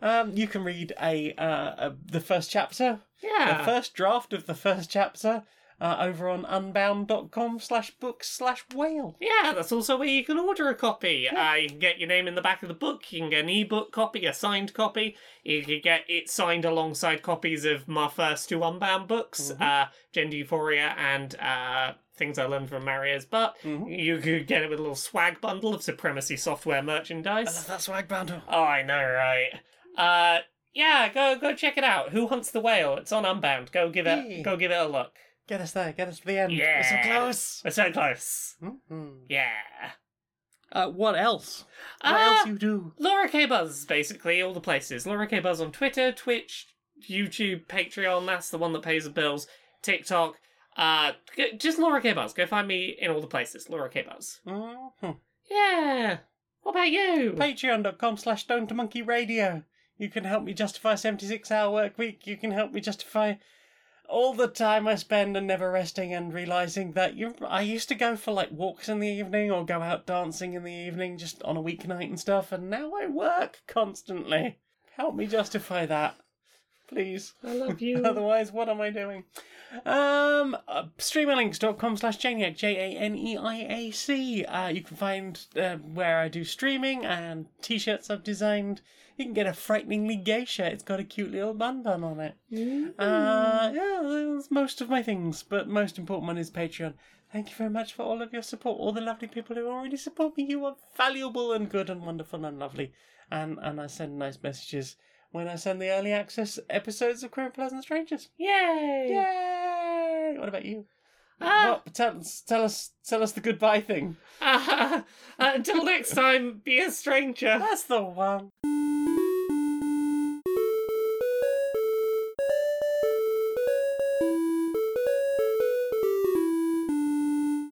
D: um, you can read a, uh, a the first chapter, the
B: Yeah.
D: first draft of the first chapter. Uh, over on unbound.com slash books slash whale.
B: yeah, that's also where you can order a copy. Uh, you can get your name in the back of the book. You can get an ebook copy, a signed copy. You can get it signed alongside copies of my first two Unbound books,
D: Mm-hmm.
B: uh, Gender Euphoria and uh, Things I Learned from Mario's Butt.
D: Mm-hmm.
B: You could get it with a little swag bundle of Supremacy Software merchandise.
D: Uh, That's swag bundle.
B: Oh, I know, right? Uh, yeah, go go check it out. Who hunts the whale? It's on Unbound. Go give it
D: Yeah.
B: go give it a look.
D: Get us there. Get us to the end.
B: Yeah,
D: We're so close.
B: We're so close.
D: Mhm.
B: Yeah.
D: Uh, what else? What
B: Ah,
D: else you do?
B: Laura K Buzz, basically all the places. Laura K Buzz on Twitter, Twitch, YouTube, Patreon. That's the one that pays the bills. TikTok. Uh, g- just Laura K Buzz. Go find me in all the places. Laura K Buzz.
D: Mhm.
B: Yeah. What about you?
D: Patreon.com slash stone to monkey radio. You can help me justify a 76 hour work week. You can help me justify all the time I spend and never resting and realizing that you I used to go for like walks in the evening or go out dancing in the evening just on a weeknight and stuff and now I work constantly. Help me justify that. Please.
B: I love you.
D: Otherwise, what am I doing? Um, uh, streamerlinks.com slash Janiac, J A N E I A C. Uh, you can find uh, where I do streaming and t shirts I've designed. You can get a frighteningly gay shirt. It's got a cute little bun-bun on it. Uh, yeah, that's most of my things, but most important one is Patreon. Thank you very much for all of your support. All the lovely people who already support me. You are valuable and good and wonderful and lovely. And and I send nice messages when I send the early access episodes of Queer and Pleasant Strangers.
B: Yay.
D: Yay! What about you?
B: Ah,
D: Well, tell, us- tell us, tell us the goodbye thing.
B: ah, ah, until next uh, time, be a stranger.
D: That's the one.